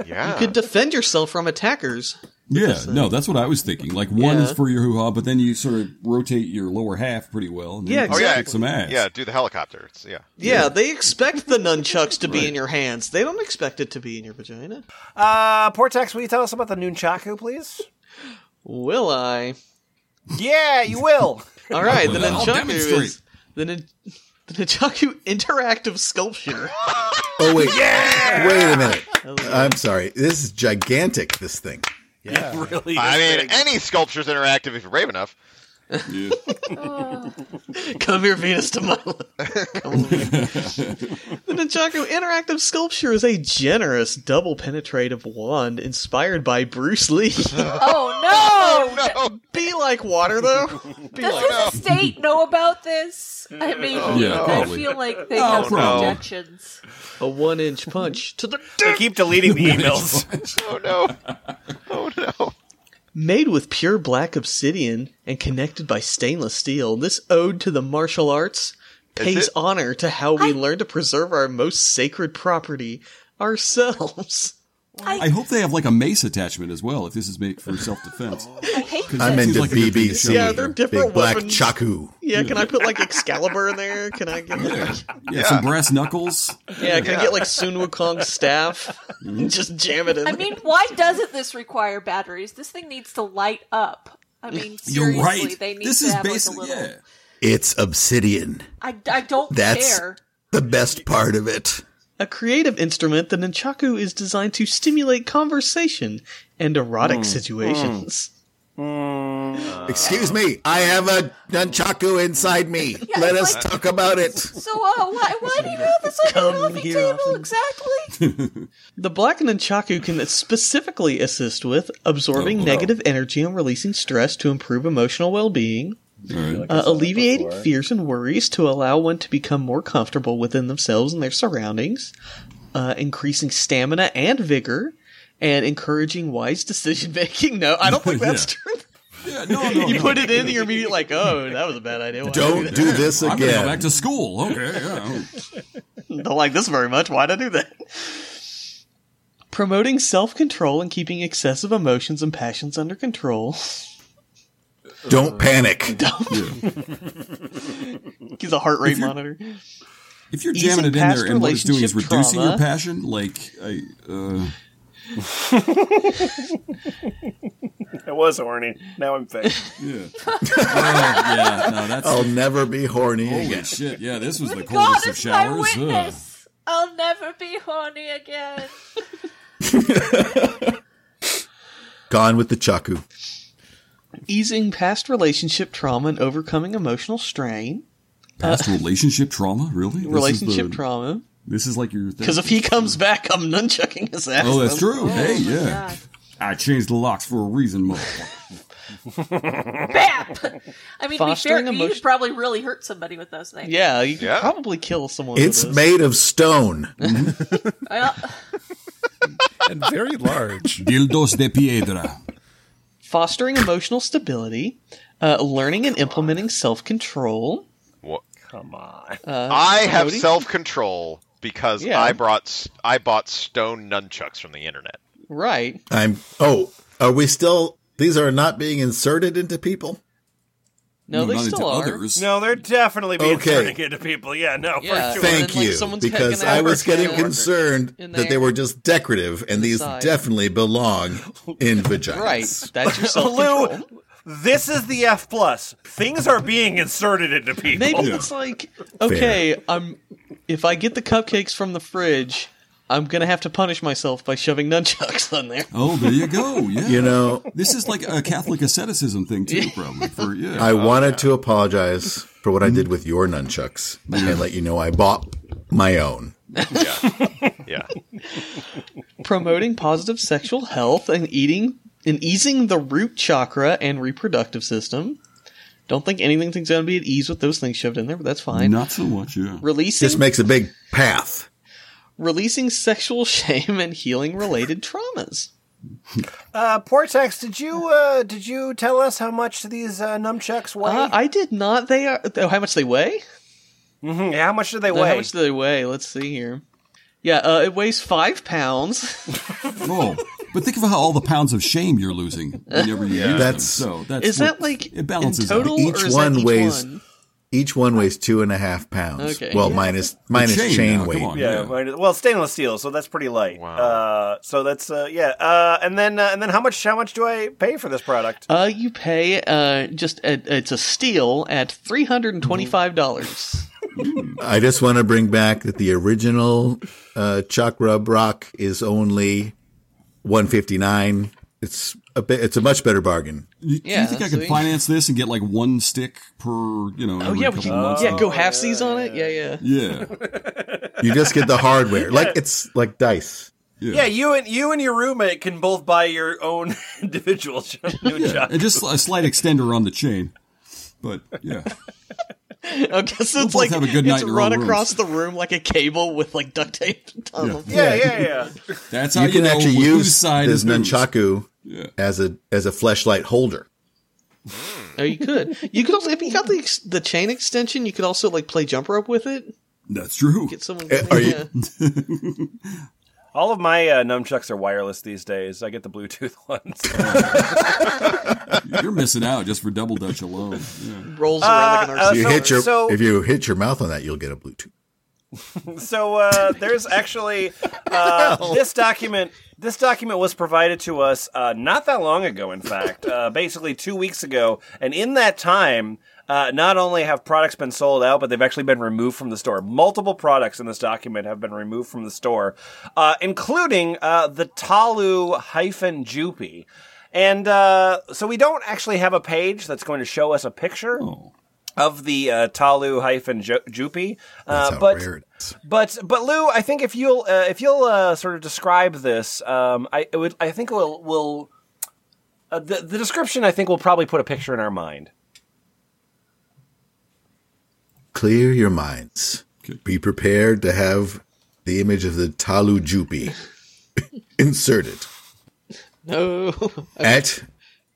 Yeah.
you could defend yourself from attackers.
Yeah, no, that's what I was thinking. Like one
Yeah.
is for your hoo ha, but then you sort of rotate your lower half pretty well. And then
Yeah,
you
Oh yeah,
Kick some ass.
yeah. Do the helicopter. It's, yeah,
Yeah, they expect the nunchucks to be in your hands. They don't expect it to be in your vagina.
uh, Portex, will you tell us about the Nunchaku, please?
Will I?
Yeah, you will.
All right, the
will. I'll
nunchaku
demonstrate.
is the, nin- the nunchaku interactive sculpture.
Oh wait, wait a minute. I'm sorry. This is gigantic. This thing.
really?
I mean, any sculpture's interactive if you're brave enough.
Yeah.
Come here, Venus de Milo. Come with me. the nunchaku interactive sculpture is a generous double penetrative wand inspired by Bruce Lee.
Oh no!
No,
be like water, though. Be like "Oh."
Does the state know about this? I mean,
Yeah,
I
probably. Oh,
feel like they have some
no.
objections.
a one-inch punch to the
They keep deleting the emails.
oh no, oh no.
Made with pure black obsidian and connected by stainless steel, this ode to the martial arts pays
it?
honor to how we learn to preserve our most sacred property, ourselves.
I hope they have like a mace attachment as well if this is made for self defense.
I hate this.
I'm into
like a good thing to
BBC.
show.
Yeah, they're different
Big black
weapons.
chaku.
Yeah, can I put like Excalibur in there? Can I get like,
Yeah, some brass knuckles.
yeah, can I get like Sun Wukong's staff?
Mm-hmm.
Just jam it in.
I mean, why doesn't this require batteries? This thing needs to light up. I mean, seriously,
You're right.
they need
This
to
is
have
basic.
like a little.
yeah.
It's obsidian.
I, I don't
That's-
care.
The best part of it.
a creative instrument, the nunchaku is designed to stimulate conversation and
Mm.
erotic situations.
Excuse me. I have a nunchaku inside me. Let
it's
us
like-
talk about it.
So, uh, why, why do you have this on your
Come
coffee
here,
table
often.
exactly?
The black nunchaku can specifically assist with
Oh,
absorbing negative energy and releasing stress to improve emotional well-being,
All right.
uh, alleviating fears and worries to allow one to become more comfortable within themselves and their surroundings, uh, increasing stamina and vigor, and encouraging wise decision making. No, I don't think that's true.
Yeah, no, no,
You
no.
put it in, you're immediately like, "Oh, that was a bad idea." Why did I
Don't do this
I'm gonna go back
again.
to school. Okay, yeah.
don't like this very much. Why'd I do that? promoting self control and keeping excessive emotions and passions under control.
Don't panic.
He's a heart rate monitor.
If you're
Easing
jamming it in
past
there and what it's doing is
relationship
reducing your
trauma.
passion, like I, uh,
It was horny. Now I'm fake.
yeah, Oh, yeah, no, that's
I'll never be horny
holy
again.
shit. Yeah, this was the
God
coldest of
is my
showers. Ugh.
witness. I'll never be horny again.
Gone with the Chaku.
Easing past relationship trauma and overcoming emotional strain.
Past relationship trauma, really? This is
relationship
the-
trauma.
This is like your thing.
Because if he comes back, I'm nunchucking his ass.
Oh, that's true. hey,
my
yeah.
God.
I changed the locks for a reason, motherfucker.
Bap! I mean, to be fair,
Fostering
you
emotion-
could probably really hurt somebody with those things.
Yeah, you could
Yeah.
probably kill someone.
It's
with this.
made of stone.
Well,
and very large.
Dildos de piedra.
fostering emotional stability, uh, learning and implementing self control.
Wha-
Come on.
I have
Cody?
self control because
Yeah.
I brought s- I bought stone nunchucks from the internet.
Right.
I'm. Oh, are we still? These are not being inserted into people.
No, they
not into
still are.
others.
No, they're definitely being
Okay.
turning into people. Yeah, no,
Yeah.
for sure.
Thank
Uh, then, like,
you,
someone's
because
hanging out
I was
with
getting
you.
concerned
In
that they
there.
were just decorative, and these
side.
definitely belong in vaginas.
Right. That's your self
Lou,
control.
this is the F plus. Things are being inserted into people.
Maybe it's like, okay, I'm. If I get the cupcakes from the fridge, I'm gonna have to punish myself by shoving nunchucks on there.
Oh, there you go. Yeah.
You know,
This is like a Catholic asceticism thing too, probably. For yeah,
I wanted to apologize for what I did with your nunchucks and let you know I bought my own.
Yeah, yeah.
promoting positive sexual health and eating and easing the root chakra and reproductive system. Don't think anything's going to be at ease with those things shoved in there, but that's fine.
not so much. Yeah,
Releasing
This makes a big path.
releasing sexual shame and healing related traumas.
Uh, Portex, did you uh, did you tell us how much these uh, nunchucks weigh?
Uh, I did not. They are. Oh, how much they weigh?
Mhm, yeah, how much do they
No, How
weigh?
much do they weigh? Let's see here. Yeah, uh, it weighs five pounds.
Oh, but think of how all the pounds of shame you're losing whenever you use
That's-
them. So that's
Is
what-
that like
it balances
in total,
out.
Each
or is
one
that each
weighs-
one?
Each one weighs two and a half pounds.
Okay.
Well,
Yeah.
minus minus
chain
chain,
now, come
weight.
on.
yeah,
Yeah.
right, well, stainless steel, so that's pretty light.
Wow.
Uh, so that's uh, yeah, uh, and then uh, and then how much how much do I pay for this product?
Uh, you pay uh just a, it's a steal at three hundred and twenty five dollars.
I just want to bring back that the original uh, Chakra Brock is only one fifty nine. It's a bit, it's a much better bargain.
You, do you
Yeah,
think I
so
could
you-
finance this and get like one stick per you know?
Oh
every
yeah, we
couple
should,
months?
yeah, go half seas on it. Yeah, yeah.
yeah,
You just get the hardware, like it's like dice.
yeah, you and you and your roommate can both buy your own individual
yeah,
nunchuck.
and just uh, a slight extender on the chain. But yeah,
Okay, so it's
both
like
have a good night
it's
in our
run
own
across the room like a cable with like duct tape. On them.
Yeah, yeah, yeah.
that's how
You
you,
can
know
actually
whose
use
side
this
is whose.
nunchaku
Yeah.
as a as a fleshlight holder.
Oh, you could. You could also if you got the ex- the chain extension, you could also like play jump rope with it.
That's true.
Get someone.
Eh, are you-
yeah.
All of my uh, nunchucks are wireless these days. I get the Bluetooth ones.
You're missing out just for double dutch alone. Yeah.
rolls around like an
Uh, uh,
If
RC.
you
so-
hit your
so-
if you hit your mouth on that, you'll get a Bluetooth.
so uh, there's actually uh, this document. This document was provided to us uh, not that long ago, in fact, uh, basically two weeks ago. And in that time, uh, not only have products been sold out, but they've actually been removed from the store. Multiple products in this document have been removed from the store, uh, including uh, the Talu hyphen Jupi. And uh, so we don't actually have a page that's going to show us a picture of the uh, Talu hyphen Jupi,
That's
uh,
how
but
rare it is.
but but Lou, I think if you'll uh, if you'll uh, sort of describe this, um, I it would I think we'll will uh, the the description I think will probably put a picture in our mind.
Clear your minds.
Okay.
Be prepared to have the image of the Talu Jupi inserted
No,
at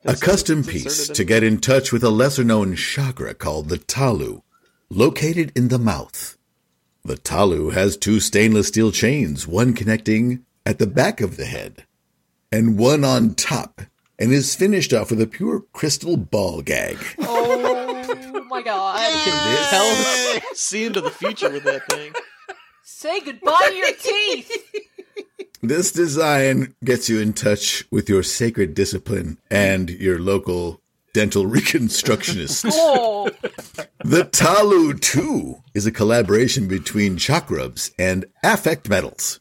a custom piece to get in touch with a lesser known chakra called the Talu, located in the mouth. The Talu has two stainless steel chains, one connecting at the back of the head and one on top and is finished off with a pure crystal ball gag.
Oh my god.
Hell, see into the future with that thing.
Say goodbye to your teeth.
This design gets you in touch with your sacred discipline and your local dental reconstructionist.
Oh.
the Talu 2 is a collaboration between Chakrubs and Affect Metals,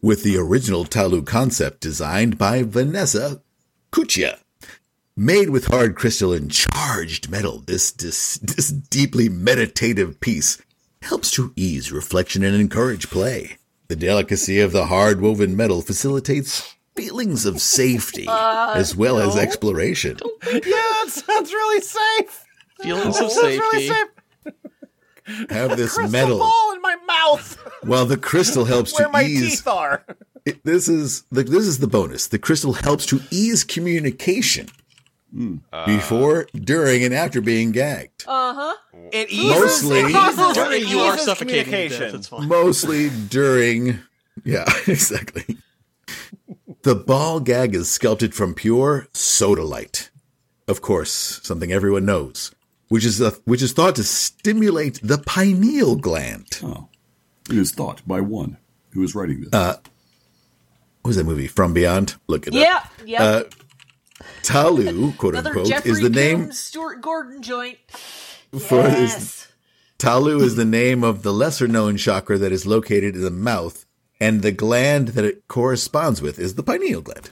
with the original Talu concept designed by Vanessa Kuchia. Made with hard crystal and charged metal, this, this, this deeply meditative piece helps to ease reflection and encourage play. The delicacy of the hard woven metal facilitates feelings of safety
Uh,
as well as exploration.
yeah, that sounds really safe.
Feelings of
That sounds really
safety.
safe.
Have this
Crystal
metal
ball in my mouth
while the crystal helps
where
to
my
ease.
teeth are.
it- this is like this is the bonus. The crystal helps to ease communication before, during, and after being gagged.
Uh-huh.
It
Mostly-
eases-
During
it
you are
eases
suffocating to death,
communication.
it's fine.
Mostly during. Yeah, exactly. The ball gag is sculpted from pure sodalite. Of course, something everyone knows, which is a, which is thought to stimulate the pineal gland.
Oh. It is thought by one who is writing this.
Uh, What was that movie? From Beyond. Look at
Yep, yep.
Talu, Uh, quote
Another
unquote,
Jeffrey
is the name
Combs, Stuart Gordon joint.
for is
Yes.
Talu is the name of the lesser known chakra that is located in the mouth, and the gland that it corresponds with is the pineal gland.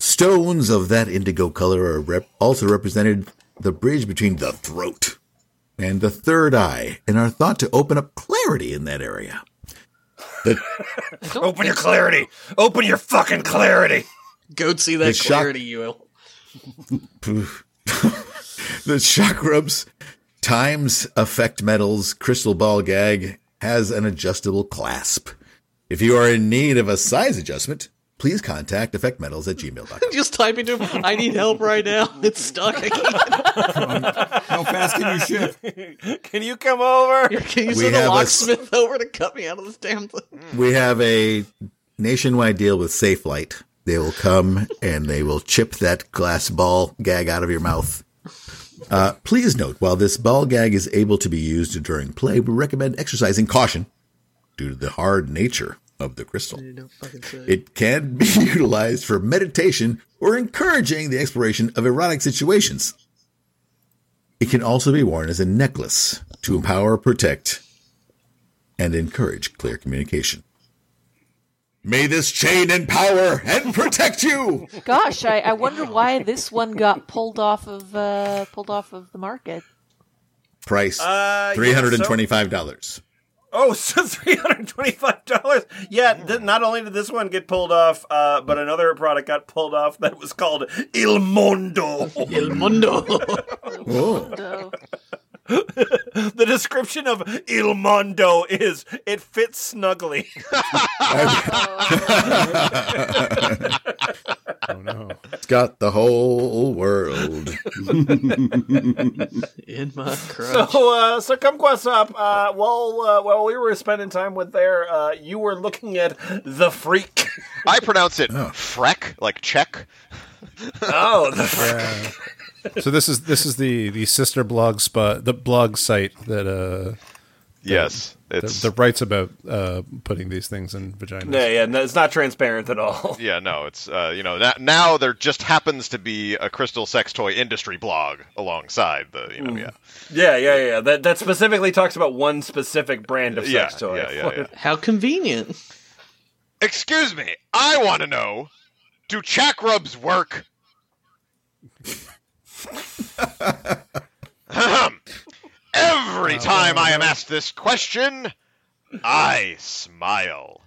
Stones of that indigo color are rep- also represented the bridge between the throat and the third eye, and are thought to open up clarity in that area. The,
Open your clarity. Open your fucking clarity.
Go see
The
that
shock-
clarity, you will.
the chakrubs times effect metals crystal ball gag has an adjustable clasp. If you are in need of a size adjustment, please contact effect metals at gmail.com.
Just type into him, I need help right now. It's stuck. I can't.
How fast can you ship?
Can you come over?
Can you
We
send
have
a
a
locksmith over to cut me out of this damn thing?
We have a nationwide deal with SafeLight. They will come and they will chip that glass ball gag out of your mouth. Uh, please note, while this ball gag is able to be used during play, we recommend exercising caution due to the hard nature of the crystal. It can be utilized for meditation or encouraging the exploration of erotic situations. It can also be worn as a necklace to empower, protect, and encourage clear communication. May this chain empower and protect you.
Gosh, I, I wonder why this one got pulled off of uh, pulled off of the market.
Price
Uh, yeah,
three hundred and twenty-five dollars.
Oh, so three hundred twenty-five dollars. Yeah, th- not only did this one get pulled off, uh, but another product got pulled off that was called Il Mondo.
El mundo.
Oh.
So
the description of Il Mondo is it fits snugly.
Oh no.
It's got the whole world.
In my crotch.
So, uh, so Kumquat's up. Uh, while uh, while we were spending time with there, uh, you were looking at the freak.
I pronounce it Freck, like Czech.
Oh, the freak.
So this is this is the the sister blog spot, the blog site that uh
Yes,
that,
it's
that writes about uh putting these things in vaginas.
Yeah, yeah, no, it's not transparent at all.
yeah, no, it's uh, you know na- now there just happens to be a crystal sex toy industry blog alongside the you know Oh, yeah
Yeah, yeah, yeah. That that specifically talks about one specific brand of
yeah,
sex toy.
yeah yeah yeah.
How convenient.
Excuse me, I want to know: Do chakrubs work? Ahem. Every time I am asked this question, I smile.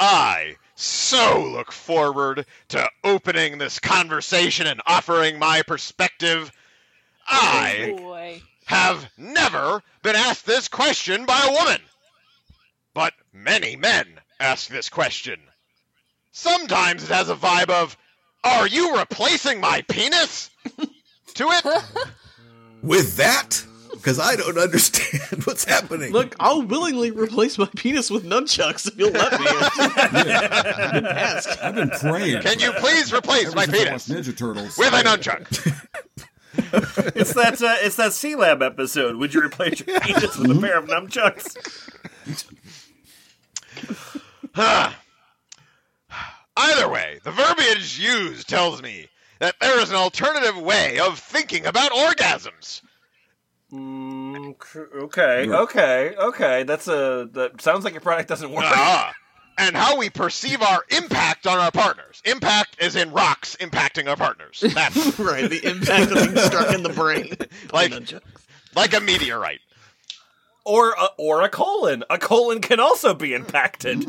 I so look forward to opening this conversation and offering my perspective. I
Oh, boy.
have never been asked this question by a woman. But many men ask this question. Sometimes it has a vibe of, Are you replacing my penis? to it.
With that, because I don't understand what's happening.
Look, I'll willingly replace my penis with nunchucks if you'll let me. Ask.
I've been praying.
Can you please replace my
Ever since I watched
penis with
Ninja Turtles.
a nunchuck?
It's that uh, it's that Sea Lab episode. Would you replace your penis with a pair of nunchucks?
Either way, the verbiage used tells me that there is an alternative way of thinking about orgasms.
Mm, cr- Okay, okay, okay. That's a that sounds like your product doesn't work.
Ah, and how we perceive our impact on our partners. Impact is in rocks impacting our partners. That's
Right, the impact of being struck in the brain.
Like-
nunchucks.
like a meteorite.
Or a, or a colon. A colon can also be impacted.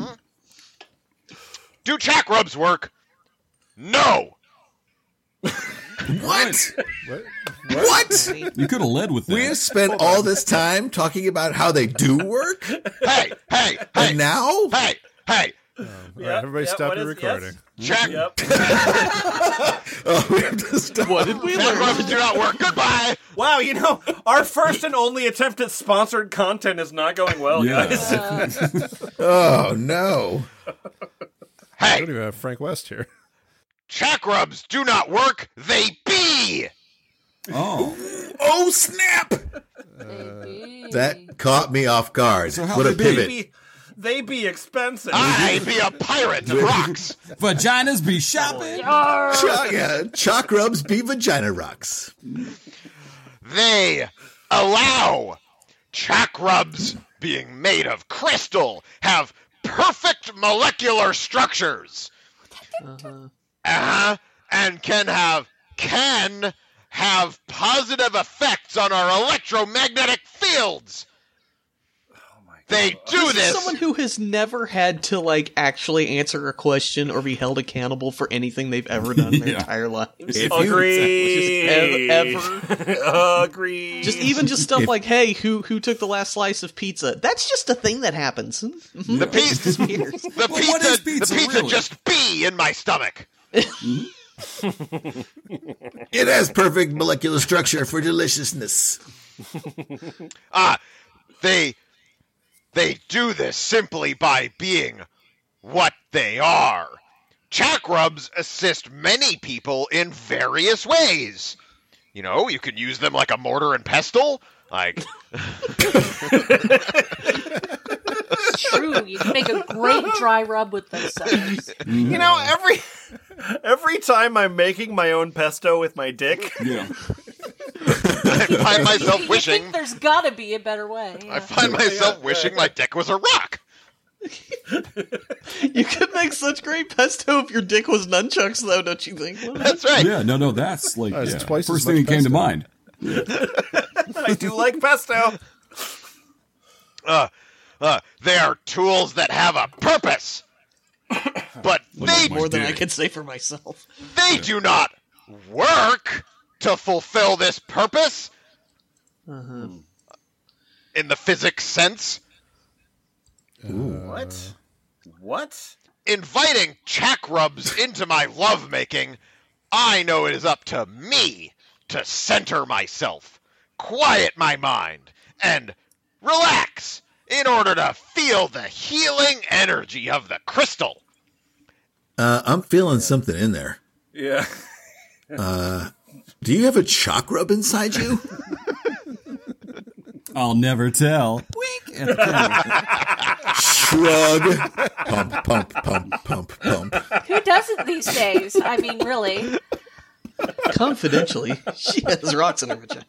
Do check rubs work? No.
What? What?
You could have led with that.
We have spent all this time talking about how they do work,
Hey, hey, hey,
and now
hey, hey.
All right, everybody
yeah,
stop
what
your
is- yes?
recording.
Check.
Yep.
we have to stop.
What did we
Check
learn?
rubs do not work. Goodbye.
Wow, you know, our first and only attempt at sponsored content is not going well,
Yeah.
guys.
Oh no!
I don't
Hey,
even have Frank West here.
check rubs do not work. They be.
Oh,
Oh snap! That caught me off guard.
how
what a
they be?
pivot!
Be- they be expensive.
I be a pirate of rocks.
vaginas be shopping.
Cha- yeah, chalk rubs be vagina rocks.
They allow check rubs being made of crystal have perfect molecular structures. Uh-huh. And can have can have positive effects on our electromagnetic fields. They do this.
Someone who has never had to like actually answer a question or be held accountable for anything they've ever done in their
Yeah.
entire lives.
If
Agree.
Just ev- ever.
Agree.
Just even just stuff like, "Hey, who who took the last slice of pizza?" That's just a thing that happens.
the piece, the
Weird.
pizza,
Well, what is pizza,
the pizza
really?
just be in my stomach.
It has perfect molecular structure for deliciousness.
Ah, they they do this simply by being what they are. Chakrubs assist many people in various ways. You know, you can use them like a mortar and pestle. Like,
True, you can make a great dry rub with those suckers.
Mm-hmm.
You know, every every time I'm making my own pesto with my dick,
Yeah.
I find
You
myself
think
wishing.
there's gotta be a better way.
I
Yeah.
find myself wishing my dick was a rock.
you could make such great pesto if your dick was nunchucks, though, don't you think?
That's right.
Yeah, no, no, that's like
That's
yeah,
twice as
first
much
thing that came to
pesto.
mind.
I do like pesto.
Uh, they are tools that have a purpose. But they
More than I
Dude.
can say for myself.
they do not work to fulfill this purpose in the physics sense
What? What?
inviting chakrubs into my lovemaking i know it is up to me to center myself quiet my mind and relax in order to feel the healing energy of the crystal
Uh, I'm feeling something in there. Uh,
Yeah.
Do you have a chalk rub inside you?
I'll never tell.
Shrug. Pump, pump, pump, pump, pump.
Who doesn't these days? I mean, really.
Confidentially, she has rocks in her vagina.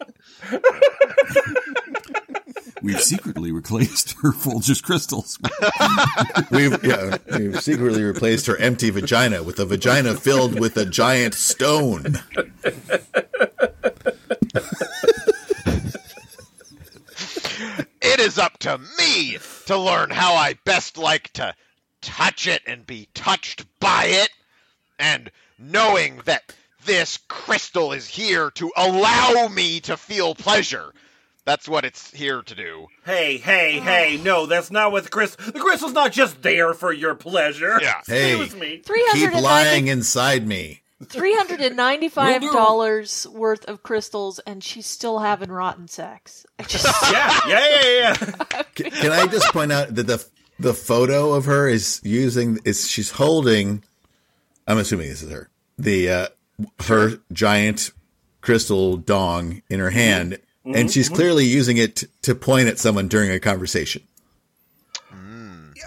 We've secretly replaced her Folgers crystals.
We've, yeah, we've secretly replaced her empty vagina with a vagina filled with a giant stone.
It is up to me to learn how I best like to touch it and be touched by it. And knowing that this crystal is here to allow me to feel pleasure. That's what it's here to do.
Hey, hey, hey! No, that's not what the crystal. The crystal's not just there for your pleasure.
Yeah.
Hey,
Excuse me.
keep
390
lying inside me.
$395 worth of crystals, and she's still having rotten sex. I just,
Yeah, yeah, yeah, yeah.
Can, can I just point out that the the photo of her is using is she's holding. I'm assuming this is her. The uh, her giant crystal dong in her hand, and she's
Mm-hmm.
clearly using it t- to point at someone during a conversation.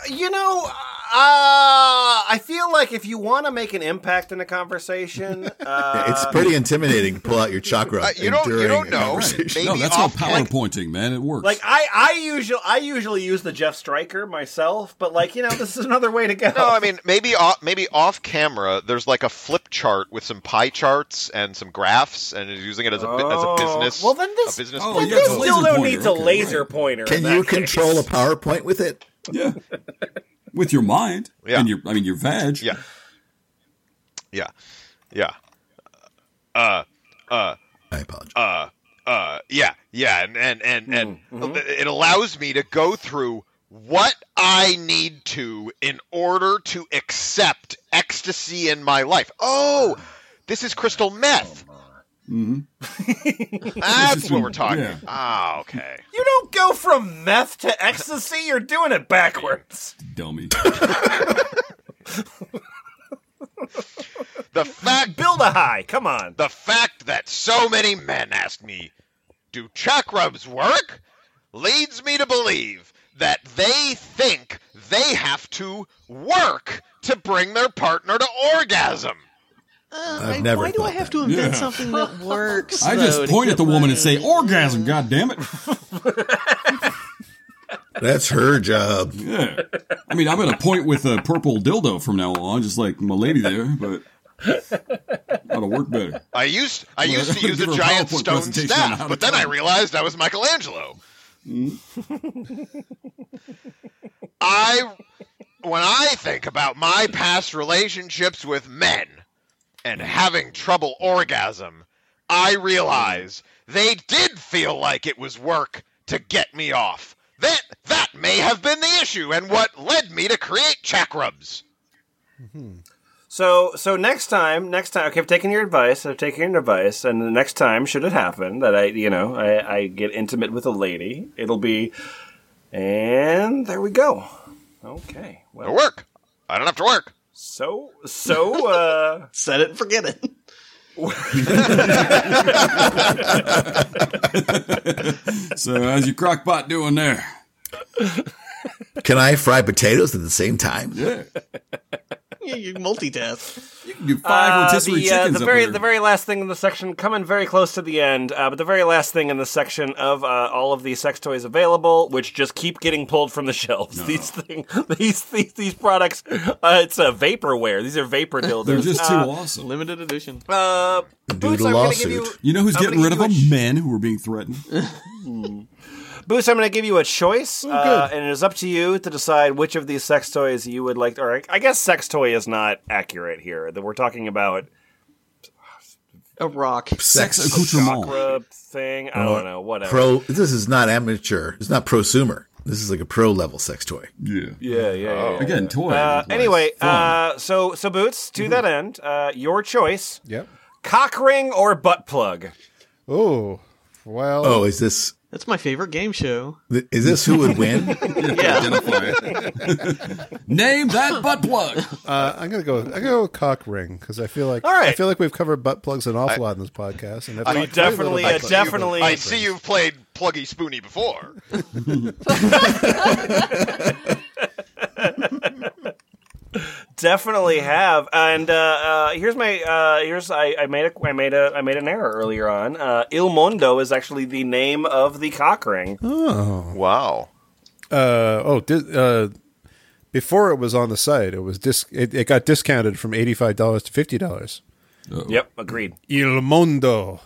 You know, uh, I feel like if you want to make an impact in a conversation, uh,
it's pretty intimidating to pull out your chakra.
Uh, you don't- you
during
don't
a
know.
conversation.
Maybe
no, that's all
off- like-
PowerPointing, man. It works.
like I, I usually, I usually use the Jeff Stryker myself, but like you know, this is another way to go.
No, I mean maybe off, maybe off camera. There's like a flip chart with some pie charts and some graphs, and is using it as a bu- as a business.
well, then this-
a business.
Oh,
point.
yeah,
this
it's a laser
dildo
pointer.
needs
Okay,
a laser
right.
pointer. in
Can
that
you
case.
control a PowerPoint with it?
yeah, with your mind.
Yeah.
and your I mean your vag.
Yeah. Yeah. Yeah. Uh
I apologize.
uh uh yeah, yeah, and and and, and it allows me to go through what I need to in order to accept ecstasy in my life.
Ah.
Oh, this is crystal meth.
Mm-hmm.
That's what we're talking.
Yeah.
Ah, okay.
You don't go from meth to ecstasy. You're doing it backwards.
Dummy.
The fact
Build a high. Come on.
the fact that so many men ask me, do chakrams work? leads me to believe that they think they have to work to bring their partner to orgasm.
Uh,
I've
I-
never
why do I
thought
have
that.
to invent
Yeah.
something that works?
I just
though, to
point at
get
the woman
my-
and say, "Orgasm, goddammit!"
That's her job.
Yeah. I mean, I'm gonna point with a purple dildo from now on, just like my lady there, but ought to work better.
I used I
Well,
used
I'm
to
gonna
use
give her
a
a
giant
PowerPoint
stone
presentation on how to
staff, but then I
climb.
realized I was Michelangelo. I when I think about my past relationships with men and having trouble orgasm, I realize they did feel like it was work to get me off. That that may have been the issue and what led me to create chakrubs.
So, so next time, next time, okay, I've taken your advice. I've taken your advice, and the next time, should it happen that I, you know, I, I get intimate with a lady, it'll be, and there we go. Okay.
To
Well,
work. I don't have to work.
so, so, uh,
Set it and forget it.
So, how's your crockpot doing there?
Can I fry potatoes at the same time?
Yeah,
Yeah, you multitask.
you can do five
Uh,
rotisserie
the, uh,
chickens
the
up
very
there.
the very last thing in the section coming very close to the end uh, but the very last thing in the section of uh, all of the sex toys available which just keep getting pulled from the shelves these thing these these, these products uh, it's a vaporware these are vapor dildos
They're just too
uh,
awesome.
Limited edition.
uh,
Due
Boots,
to
I'm gonna give
lawsuit.
you
You know who's
I'm
getting
gonna
rid of them?
give you a sh-
Men who are being threatened.
Hmm. Boots, I'm going to give you a choice, uh, and it is up to you to decide which of these sex toys you would like. Or I- I guess sex toy is not accurate here. That we're talking about
A rock.
Sex accoutrement.
uh, thing. I don't know. Whatever.
Pro. This is not amateur. It's not prosumer. This is like a pro level sex toy.
Yeah.
yeah, yeah. yeah.
Again, toy.
Uh,
Nice.
anyway,
Fun.
uh, so so boots to that end, uh, your choice:
Yep.
cock ring or butt plug.
Oh, well.
Oh, is this
That's my favorite game show.
is this who would win?
Yeah.
Name that butt plug.
Uh, I'm gonna go. I'm gonna go with cock ring because I feel like
All right.
I feel like we've covered butt plugs an awful lot in this podcast, and I've talked very
definitely-
little
I
about butt plugs.
definitely-
I see you've played Pluggy Spoony before.
Definitely have. And uh, uh, here's my uh, here's I, I made a I made a I made an error earlier on. Uh, Il Mondo is actually the name of the cock ring.
Wow.
Oh. Uh, oh, di- uh, before it was on the site, it was dis- it, it got discounted from eighty five dollars to fifty dollars.
Yep, agreed.
Il Mondo.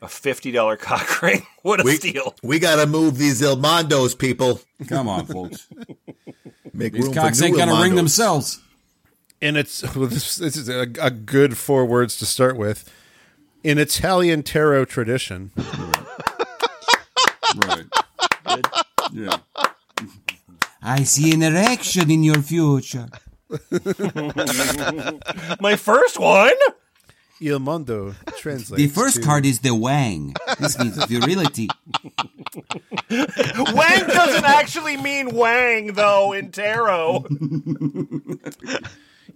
A fifty dollar cock ring. What a steal!
We gotta move these Ilmondos, people.
Come on, folks.
Make
These
room
cocks
for new
ain't gonna ring
Ilmondos.
themselves.
in its well, this, this is a, a good four words to start with in italian tarot tradition
Right. Yeah.
I see an erection in your future.
My first one.
Il Mondo translates.
The first
to-
card is the Wang. This means virility.
Wang doesn't actually mean Wang, though, in tarot.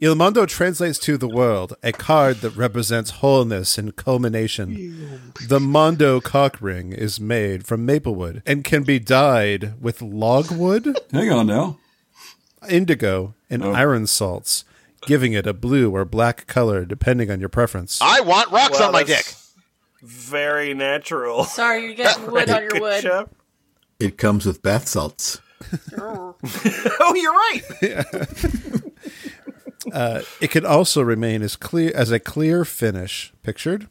Il Mondo translates to the world, a card that represents wholeness and culmination. The Mondo cock ring is made from maplewood and can be dyed with logwood,
Hang on now.
indigo, and iron salts, giving it a blue or black color depending on your preference.
I want rocks
Wow,
on my dick.
that's Very natural.
Sorry, you're getting wood on your wood.
Jeff.
It comes with bath salts.
Oh, you're right.
Uh, It can also remain as clear as a clear finish. Pictured?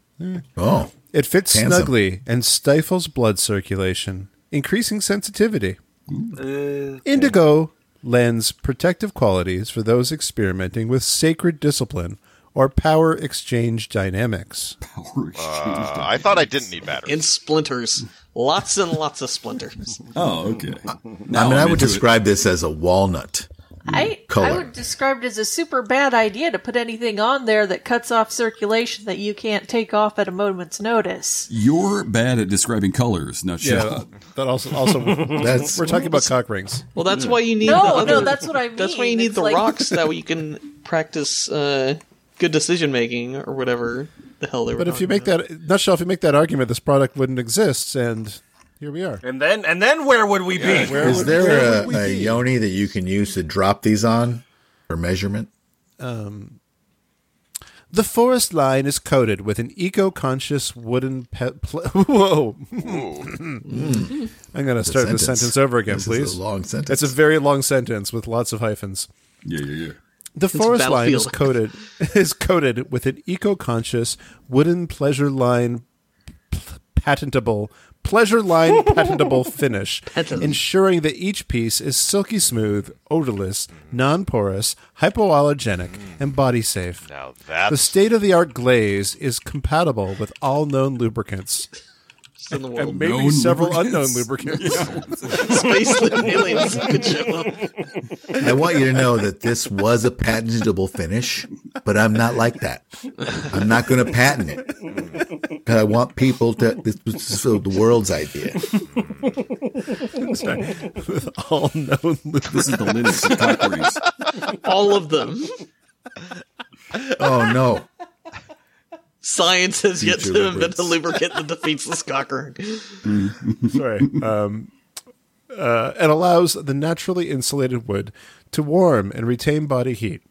Oh,
It fits
Handsome.
snugly and stifles blood circulation, increasing sensitivity.
Uh,
Indigo lends protective qualities for those experimenting with sacred discipline or power exchange dynamics.
Power exchange.
Uh, I thought I didn't need batteries.
In splinters. Lots and lots of splinters.
oh, okay.
Uh,
I
Now
mean, I
I'm
would
into it.
describe this as a walnut.
I, I
Color.
would describe it as a super bad idea to put anything on there that cuts off circulation that you can't take off at a moment's notice.
You're bad at describing colors, not shell.
that also also
That's
we're talking about cock rings.
Well, that's why you need the
No,
other,
no, that's what I mean.
that's why you need
It's
the
like-
rocks that way you can practice uh, good decision making or whatever the hell they were.
But if you
talking
make that nutshell, if you make that argument, this product wouldn't exist, and here we are.
And then, and then, where would we be?
Where
Is
would-
there
where would
a,
we
a
be?
yoni that you can use to drop these on for measurement?
um, The forest line is coated with an eco-conscious wooden pe- pl- Whoa!
Mm.
Mm.
I'm going to start this
Hmm. sentence.
sentence over again,
This is
please.
a long sentence.
It's a very long sentence with lots of hyphens.
Yeah, yeah, yeah.
The forest line is coated
battlefield.
is coated with an eco-conscious wooden pleasure line pl- patentable pleasure line patentable finish, ensuring that each piece is silky smooth, odorless, non-porous, hypoallergenic, and body safe.
Mm. Now
The
that's
state of the art glaze is compatible with all known lubricants,
about in the world.
maybe
Known
several
lubricants.
unknown lubricants.
Space aliens. Good job.
I want you to know that this was a patentable finish, but I'm not like that. I'm not going to patent it. 'Cause I want people to. This was so the world's idea.
with all known
This is the Linux of cock rings.
All of them.
Oh no!
Science has yet
Future
to invent a
lubricants.
lubricant that defeats this cocker.
sorry, um, uh, and allows the naturally insulated wood to warm and retain body heat.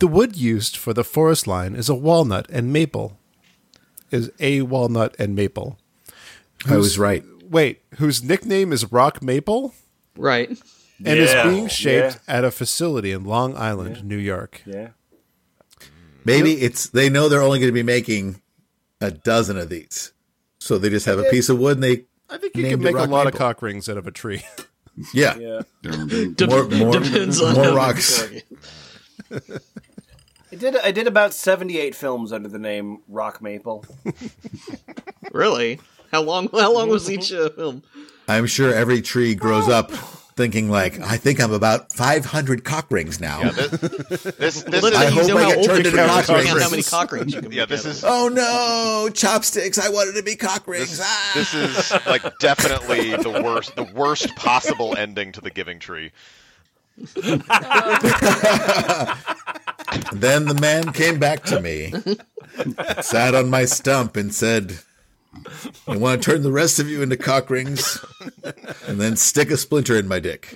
The wood used for the forest line is a walnut and maple. Is a walnut and maple.
I was right.
Wait, whose nickname is Rock Maple?
Right.
and
Yeah.
is being shaped
Yeah.
at a facility in Long Island, New York.
Yeah.
Maybe it's they know they're only going to be making a dozen of these, so they just have a piece of wood and they
I think you can
Named it
make a
Rock
lot of
Maple.
cock rings out of a tree.
yeah.
Yeah.
Darn.
More, more,
Depends on
more
how
rocks.
I did. I did about seventy-eight films under the name Rock Maple.
Really? How long? How long was each uh, film?
I'm sure every tree grows
Oh.
up thinking like, I think I'm about 500 cock rings now.
this. This
Well,
I
is.
that's how
hope
you know
I
how
get
old
turned
you
into
are,
cock
depending on how many
rings.
cock rings you can
Yeah,
make
this
out of
is
it.
Oh no, chopsticks! I wanted to be cock rings. Ah!
this is like definitely the worst, the worst possible ending to the Giving Tree.
Then the man came back to me, sat on my stump, and said, "I want to turn the rest of you into cock rings, and then stick a splinter in my dick."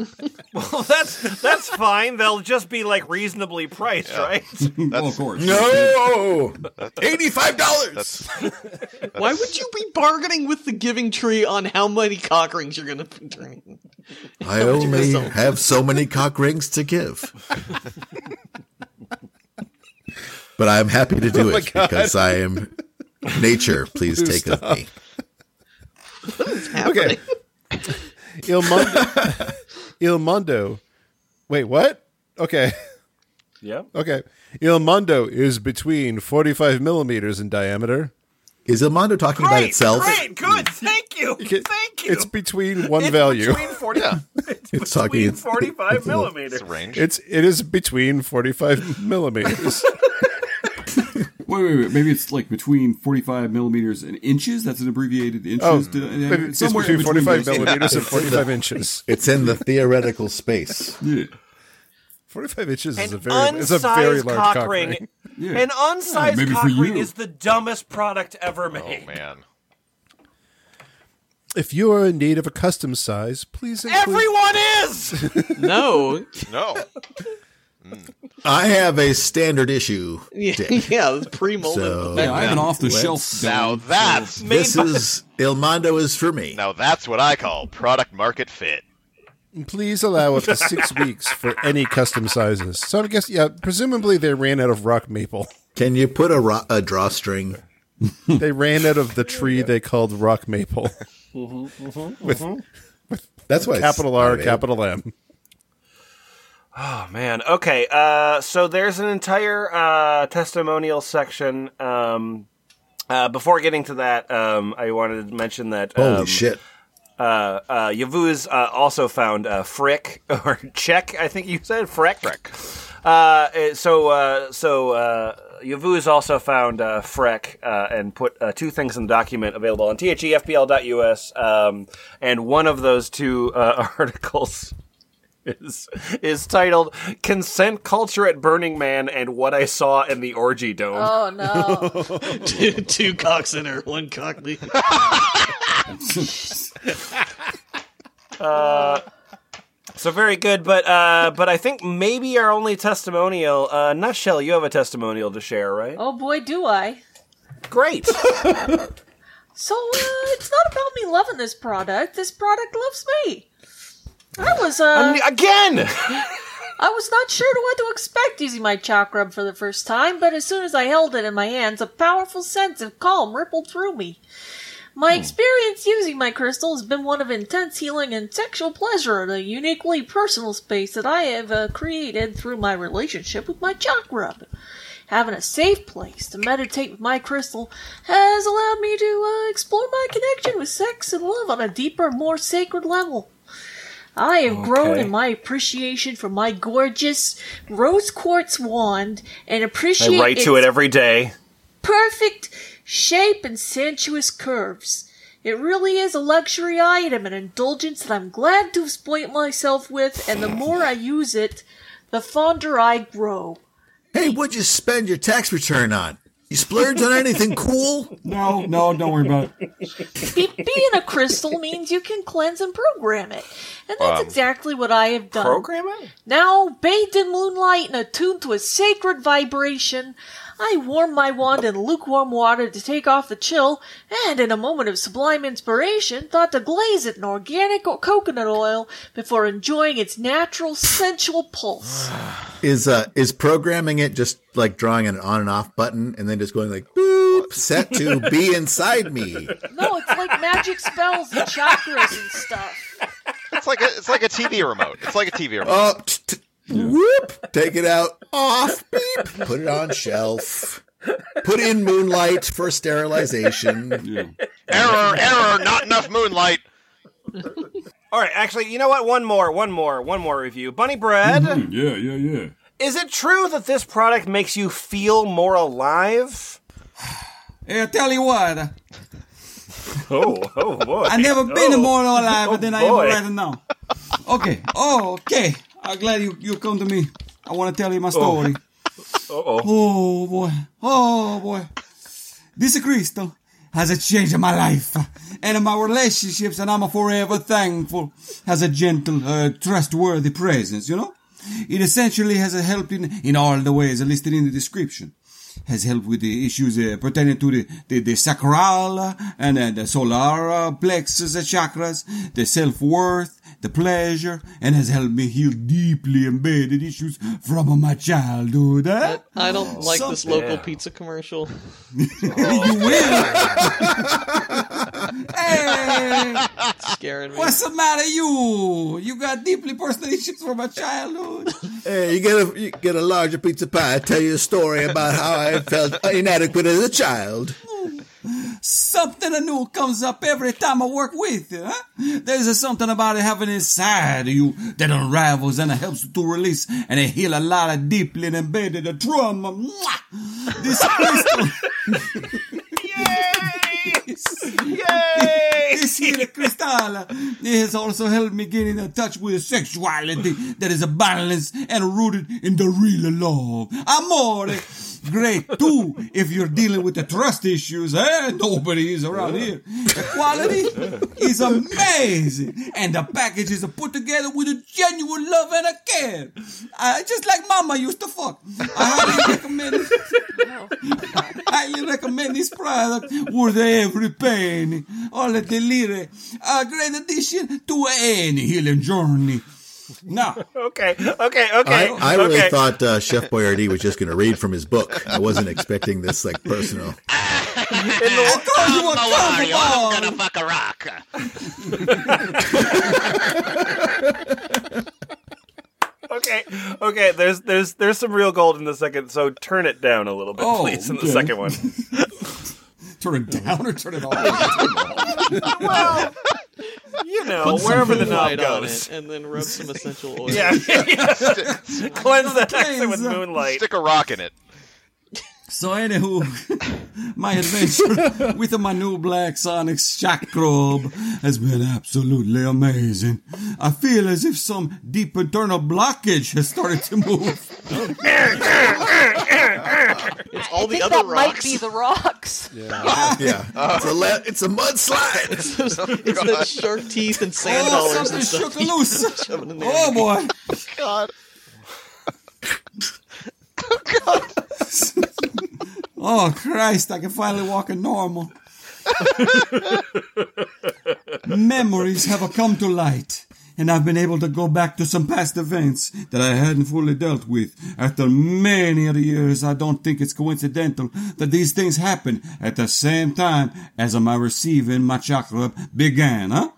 Well, that's that's fine. They'll just be like reasonably priced, right?
Well, of course.
No, eighty-five dollars.
Why would you be bargaining with the giving tree on how many cock rings you're going to be turning?
I only have so many cock rings to give. But I'm happy to do it because I am nature. Please take of me.
okay. Il Mondo. Il Mondo. Wait, what? Okay.
Yeah.
Okay. Il Mondo is between 45 millimeters in diameter.
Is Ilmondo talking about itself?
Great, good. Thank you.
It-
Thank you.
It's between one value.
Between 40,
It's talking.
between
It's,
45 millimeter.
It's range.
It's it is between 45 millimeters.
Wait, wait, wait. Maybe it's like between 45 millimeters and inches. That's an abbreviated inches.
Oh,
to-
it's
somewhere in
between 45
those.
millimeters and
It's in the-
45 inches.
It's in the theoretical space.
Yeah.
45 inches is a
An
very, is a very
unsized
large
cock ring.
Yeah.
An unsized
Maybe for
cock ring
you.
is the dumbest product ever made.
Oh man.
If you are in need of a custom size, please include
Everyone is.
No.
No.
I have a standard issue.
Yeah,
dick.
yeah the pre-molded.
So-
Yeah, I have an off the shelf.
Now that's
This is El Mondo is for me.
now that's what I call product market fit.
Please allow up to six weeks for any custom sizes. So I guess, yeah, presumably they ran out of rock maple.
Can you put a, ro- a drawstring?
They ran out of the tree they called rock maple.
Mm-hmm,
Mm-hmm. That's why it's
Capital R,
automated.
capital M.
Oh man. Okay. Uh, so there's an entire uh, testimonial section. Um, uh, before getting to that, um, I wanted to mention that um,
Holy shit!
uh, uh, Yavuz uh, also found uh, Frick or Czech, I think you said Freck. Freck. Uh, so uh, so uh, Yavuz also found uh, Freck uh, and put uh, two things in the document available on E thefpl.us, um, and one of those two uh, articles. Is, is titled Consent Culture at Burning Man and What I Saw in the Orgy Dome.
Oh no.
two, two cocks in her, one cock leave.
Uh, So very good, but uh, but I think maybe our only testimonial. Uh, Nutshell, you have a testimonial to share, right?
Oh boy, do I.
Great.
So uh, it's not about me loving this product. This product loves me. I was uh,
Again.
I was not sure what to expect using my chakram for the first time, but as soon as I held it in my hands, a powerful sense of calm rippled through me. My
Hmm.
experience using my crystal has been one of intense healing and sexual pleasure in a uniquely personal space that I have uh, created through my relationship with my chakram. Having a safe place to meditate with my crystal has allowed me to uh, explore my connection with sex and love on a deeper, more sacred level. I have grown
Okay.
in my appreciation for my gorgeous rose quartz wand and appreciate
I write to it
its
every day.
perfect shape and sensuous curves. It really is a luxury item, an indulgence that I'm glad to have spoilt myself with, and the more I use it, the fonder I grow.
Hey, what'd you spend your tax return on? You splurged on anything cool?
No, no, don't worry about it.
Be- being a crystal means you can cleanse and program it, and
Um,
that's exactly what I have done.
it.
Now, bathed in moonlight and attuned to a sacred vibration, I warm my wand in lukewarm water to take off the chill, and in a moment of sublime inspiration, thought to glaze it in organic o- coconut oil before enjoying its natural sensual pulse.
Is uh is programming it just like drawing an on and off button and then just going like boop set to be inside me?
No, it's like magic spells and chakras and stuff.
It's like a it's like a TV remote. It's like a TV remote.
Oh, t- t- whoop! Take it out, off, beep. Put it on shelf. Put in moonlight for sterilization.
Yeah.
error, error, not enough moonlight.
All right, actually, you know what? One more, one more, one more review. Bunny Bread,
Mm-hmm.
Mm-hmm.
Yeah, yeah, yeah.
is it true that this product makes you feel more alive?
Hey, I Eh, tell you what,
Oh, oh boy.
I never been more alive than
Oh,
I am
boy.
right now. Okay. Oh, okay. I'm glad you, you come to me. I want to tell you my story. Oh. boy. Oh boy. This crystal has a change in my life and in my relationships, and I'm forever thankful. Has a gentle, uh, trustworthy presence. You know, it essentially has a help in in all the ways listed in the description has helped with the issues uh, pertaining to the, the, the sacral uh, and uh, the solar uh, plexus uh, chakras, the self-worth, the pleasure, and has helped me heal deeply embedded issues from uh, my childhood. eh? huh?
I don't like this
Something.
local pizza commercial.
You will. hey,
It's scaring me.
what's the matter you? You got deeply personal issues from my childhood.
Hey, you get a you get a larger pizza pie. I tell you a story about how I felt inadequate as a child.
Something new comes up every time I work with you. Huh? There's a something about it happening inside of you that unravels and it helps to release and it heal a lot of deeply embedded trauma. Mwah! This crystal. This here crystal it has also helped me get in touch with sexuality that is a balance and rooted in the real love. Amore, great too if you're dealing with the trust issues. Eh? Nobody is around here. The quality is amazing, and the packages are put together with a genuine love and a care, uh, just like Mama used to fuck. I highly recommend it. highly recommend this product worth every penny. All at the lire. A great addition to any healing journey. Now,
Okay, okay, okay.
I, I really
okay.
thought uh, Chef Boyardee was just going to read from his book. I wasn't expecting this like personal.
I told you what
Mario, I'm
combo
gonna fuck a rock.
Okay, okay. There's there's there's some real gold in the second, so turn it down a little bit,
Oh,
please. In the
okay.
second one,
Turn it down or turn it off.
you know, wherever the knob
Light on
goes.
it, and then rub some essential oil.
Yeah, cleanse the exit with
Cleanse.
moonlight.
Stick a rock in it.
so, anywho, my adventure with my new Black Sonic Shock Probe has been absolutely amazing. I feel as if some deep internal blockage has started to move.
All
I
the
think
other
that might
rocks.
be the rocks.
Yeah, it's a le- it's a mudslide.
It's the shark teeth and sand
Oh,
dollars
something
and stuff.
shook loose.
shoving in there.
Oh, boy.
God.
Oh Christ! I can finally walk a normal. Memories have come to light, and I've been able to go back to some past events that I hadn't fully dealt with. After many other years, I don't think it's coincidental that these things happen at the same time as my receiving my chakra began. Huh?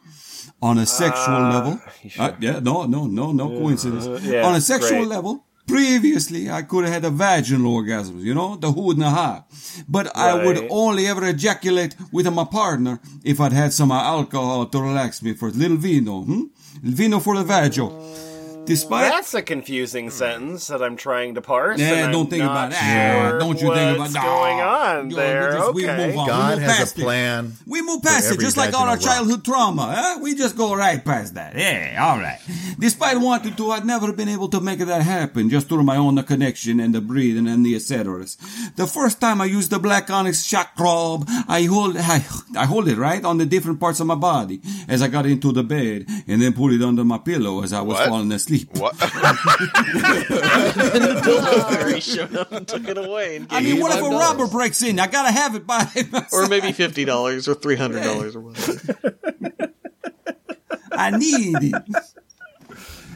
On a sexual level, Uh, yeah, no, no, no, no coincidence.
yeah,
On a sexual
great.
level, previously I could have had a vaginal orgasm, you know, the who and the how. But I would
Right.
only ever ejaculate with my partner if I'd had some alcohol to relax me for a little vino, hmm? Vino for the vagio. Despite
That's a
Hmm.
confusing sentence that I'm trying to parse.
Yeah,
and I'm
don't think
not
about that.
sure
Don't you think
what's
about-
going
Nah.
on
Yeah, we
there?
just- we
okay.
move on.
God
Move
has
past
a
it.
plan.
We move past
for
it, just
every
like all our
vaginal rock.
childhood trauma. Huh? We just go right past that. Yeah, all right. Despite wanting to, I've never been able to make that happen, just through my own connection and the breathing and the etc. The first time I used the black onyx shock probe, I hold, I, I hold it right on the different parts of my body as I got into the bed, and then put it under my pillow as I was
What?
falling asleep.
What?
He showed up and took it away. And
I
gave
mean,
you
what if a
$5.
robber breaks in? I gotta have it by.
Or maybe fifty dollars, or three hundred dollars, or whatever.
I need it.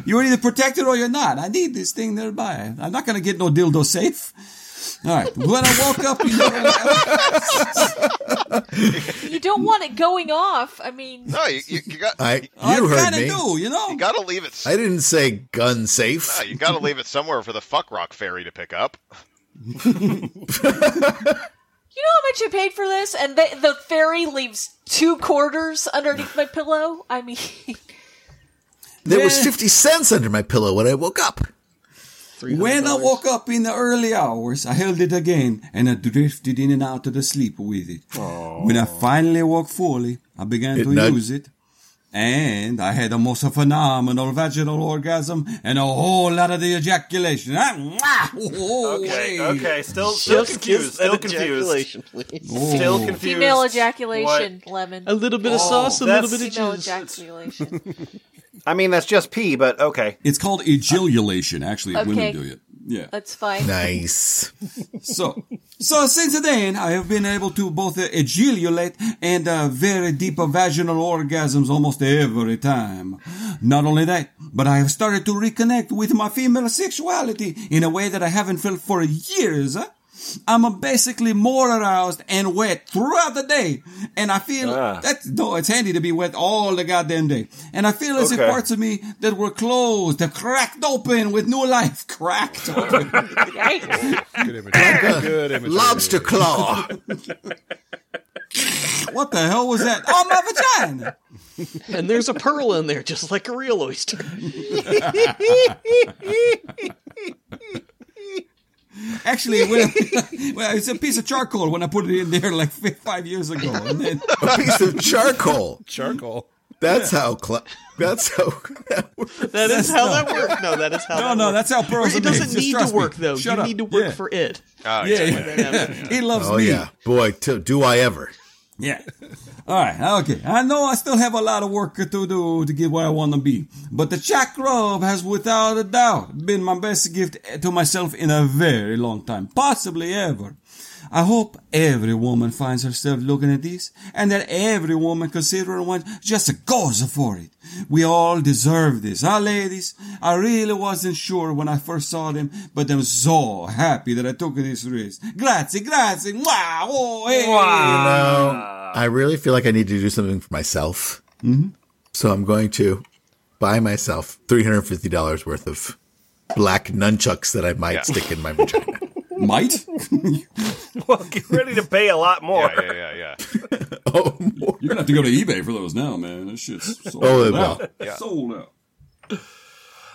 You're either protected or you're not. I need this thing nearby. I'm not going to get no dildo safe. All right. When I woke up, you know,
You don't want it going off. I mean,
no, you, you, you got.
I
I
you heard
kind of
me.
do, you know?
You gotta leave it.
I didn't say gun safe.
Yeah, Ah, you gotta leave it somewhere for the fuck rock fairy to pick up.
you know how much I paid for this? And they, the fairy leaves two quarters underneath my pillow. I mean,
There was
Yeah.
fifty cents under my pillow when I woke up.
When I woke up in the early hours, I held it again and I drifted in and out of the sleep with it. When I finally woke fully, I began
It
to
nudged-
use it. And I had a most phenomenal vaginal orgasm and a whole lot of the ejaculation. Ah, mwah! Oh,
Okay,
hey.
okay. Still, still confused.
kiss that
Still confused.
ejaculation, please.
Still
Oh.
confused.
female ejaculation, lemon.
A little bit of sauce, a
that's-
little bit of
Female
juice.
ejaculation.
I mean, that's just pee, but okay.
It's called ejaculation.
Ejaculation. Actually, women
Okay.
do it. Yeah.
That's fine.
Nice.
So, so since then, I have been able to both uh, ejaculate and uh, very deep vaginal orgasms almost every time. Not only that, but I have started to reconnect with my female sexuality in a way that I haven't felt for years. huh? I'm uh, basically more aroused and wet throughout the day, and I feel
Ah.
that's no, it's handy to be wet all the goddamn day. And I feel as
Okay.
if parts of me that were closed have cracked open with new life, cracked open.
Yikes.
Good imagery. Good imagery.
Lobster claw.
What the hell was that? Oh, my vagina!
and there's a pearl in there, just like a real oyster.
Actually, when I- well, it's a piece of charcoal when I put it in there like fi- five years ago. And then,
A piece of charcoal.
Charcoal.
That's how. Cl- that's how.
That is how that works. No, that is how.
no,
that
no,
works.
that's how pearls are made.
It doesn't
Just
need to
trust me.
work though.
Shut
you
up.
need to work
Yeah.
for it.
Oh,
Yeah,
yeah.
yeah. He loves
Oh
me.
yeah, boy, t- do I ever.
Yeah. All right. Okay. I know I still have a lot of work to do to get where I want to be, but the chakra has without a doubt been my best gift to myself in a very long time, possibly ever. I hope every woman finds herself looking at this and that every woman considering one just goes for it. We all deserve this. Our ladies, I really wasn't sure when I first saw them, but I'm so happy that I took this risk. Grazie, grazie. Wow. Oh, hey.
I really feel like I need to do something for myself. Mm-hmm. So I'm going to buy myself $350 worth of black nunchucks that I might stick in my vagina.
Might?
Well, get ready to pay a lot more.
Yeah, yeah, yeah, yeah.
oh, more.
You're gonna have to go to eBay for those now, man. This shit's sold
Oh, it
out.
will.
Sold out.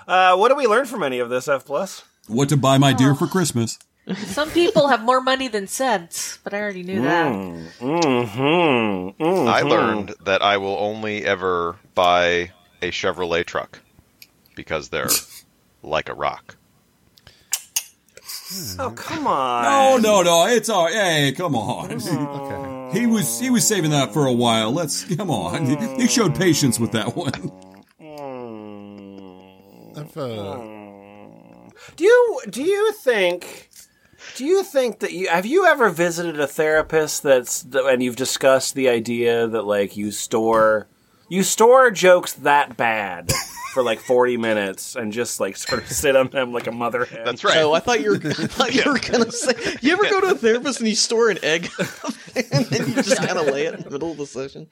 Uh, what do we learn from any of this, F plus?
What to buy my dear for Christmas?
Some people have more money than sense, but I already knew
Mm.
that.
I learned that I will only ever buy a Chevrolet truck because they're like a rock.
Oh, come on.
Oh no, no, it's all. Hey, come on. He was he was saving that for a while. Let's come on. He, he showed patience with that one.
If, uh,
Mm, Do you do you think do you think that you have you ever visited a therapist that's and you've discussed the idea that like you store you store jokes that bad for like 40 minutes and just like sort of sit on them like a mother hen.
That's right.
Oh, I thought you were. I thought you were gonna say. You ever go to a therapist and you store an egg, and then you just kind of lay it in the middle of the session.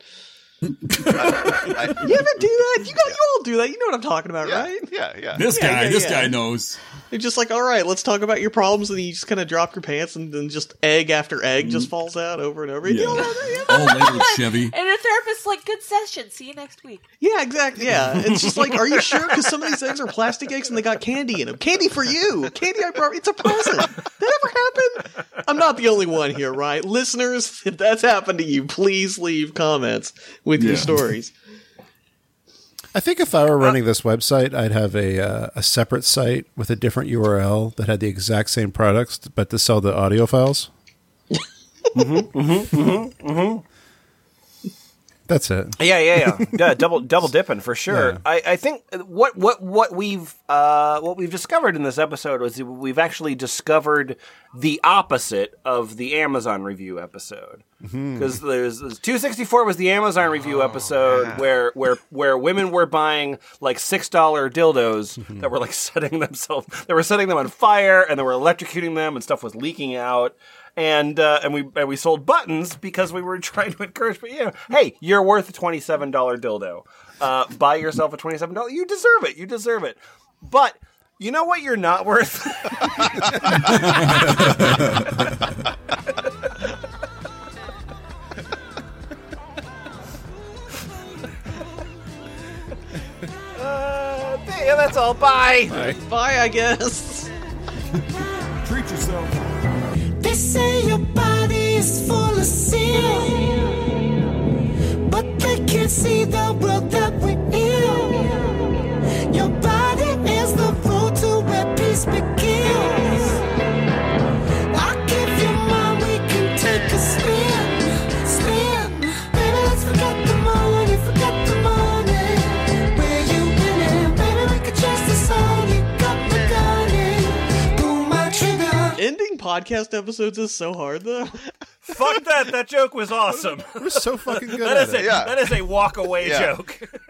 I-
You ever do that? You got. You all do that. You know what I'm talking about,
yeah,
right?
yeah, yeah.
This guy,
yeah,
this
yeah.
guy knows.
You're just like, all right, let's talk about your problems, and then you just kind of drop your pants, and then just egg after egg just falls out over and over. You do all that?
Mm. All labeled Oh, Chevy.
And your therapist's like, good session. See you next week.
Yeah, exactly. Yeah, it's just like, are you sure? Because some of these eggs are plastic eggs, and they got candy in them. Candy for you. Candy I brought. It's a present. That ever happened? I'm not the only one here, right? Listeners, if that's happened to you, please leave comments with your
Yeah.
stories.
I think if I were running this website, I'd have a uh, a separate site with a different URL that had the exact same products, but to sell the audio files.
mm-hmm.
That's it.
Yeah, yeah, yeah. yeah double double dipping for sure. I, I think what what what we've uh, what we've discovered in this episode was that we've actually discovered the opposite of the Amazon review episode because there's, two sixty four was the Amazon review episode where where where women were buying like six dollar dildos that were like setting themselves they were setting them on fire and they were electrocuting them and stuff was leaking out and uh, and we and we sold buttons because we were trying to encourage. But you know, hey, you're worth a twenty seven dollar dildo. Uh, buy yourself a twenty seven dollar. You deserve it. You deserve it. But you know what? You're not worth. Uh, yeah, that's all. Bye.
Bye, I guess.
Treat yourself.
They say your body is full of sin, but they can't see the world that we're in. Your body is the road to where peace begins. I'll give you mine, we can take a spin, spin. Baby, let's forget the morning, forget the morning. Where you been in? Baby, we could chase the sun. You got me gunning. Pull my trigger.
Ending podcast episodes is so hard, though.
Fuck that. That joke was awesome.
We're so fucking good
That is
at
a
it.
Yeah.
that is a walk away
Yeah.
joke.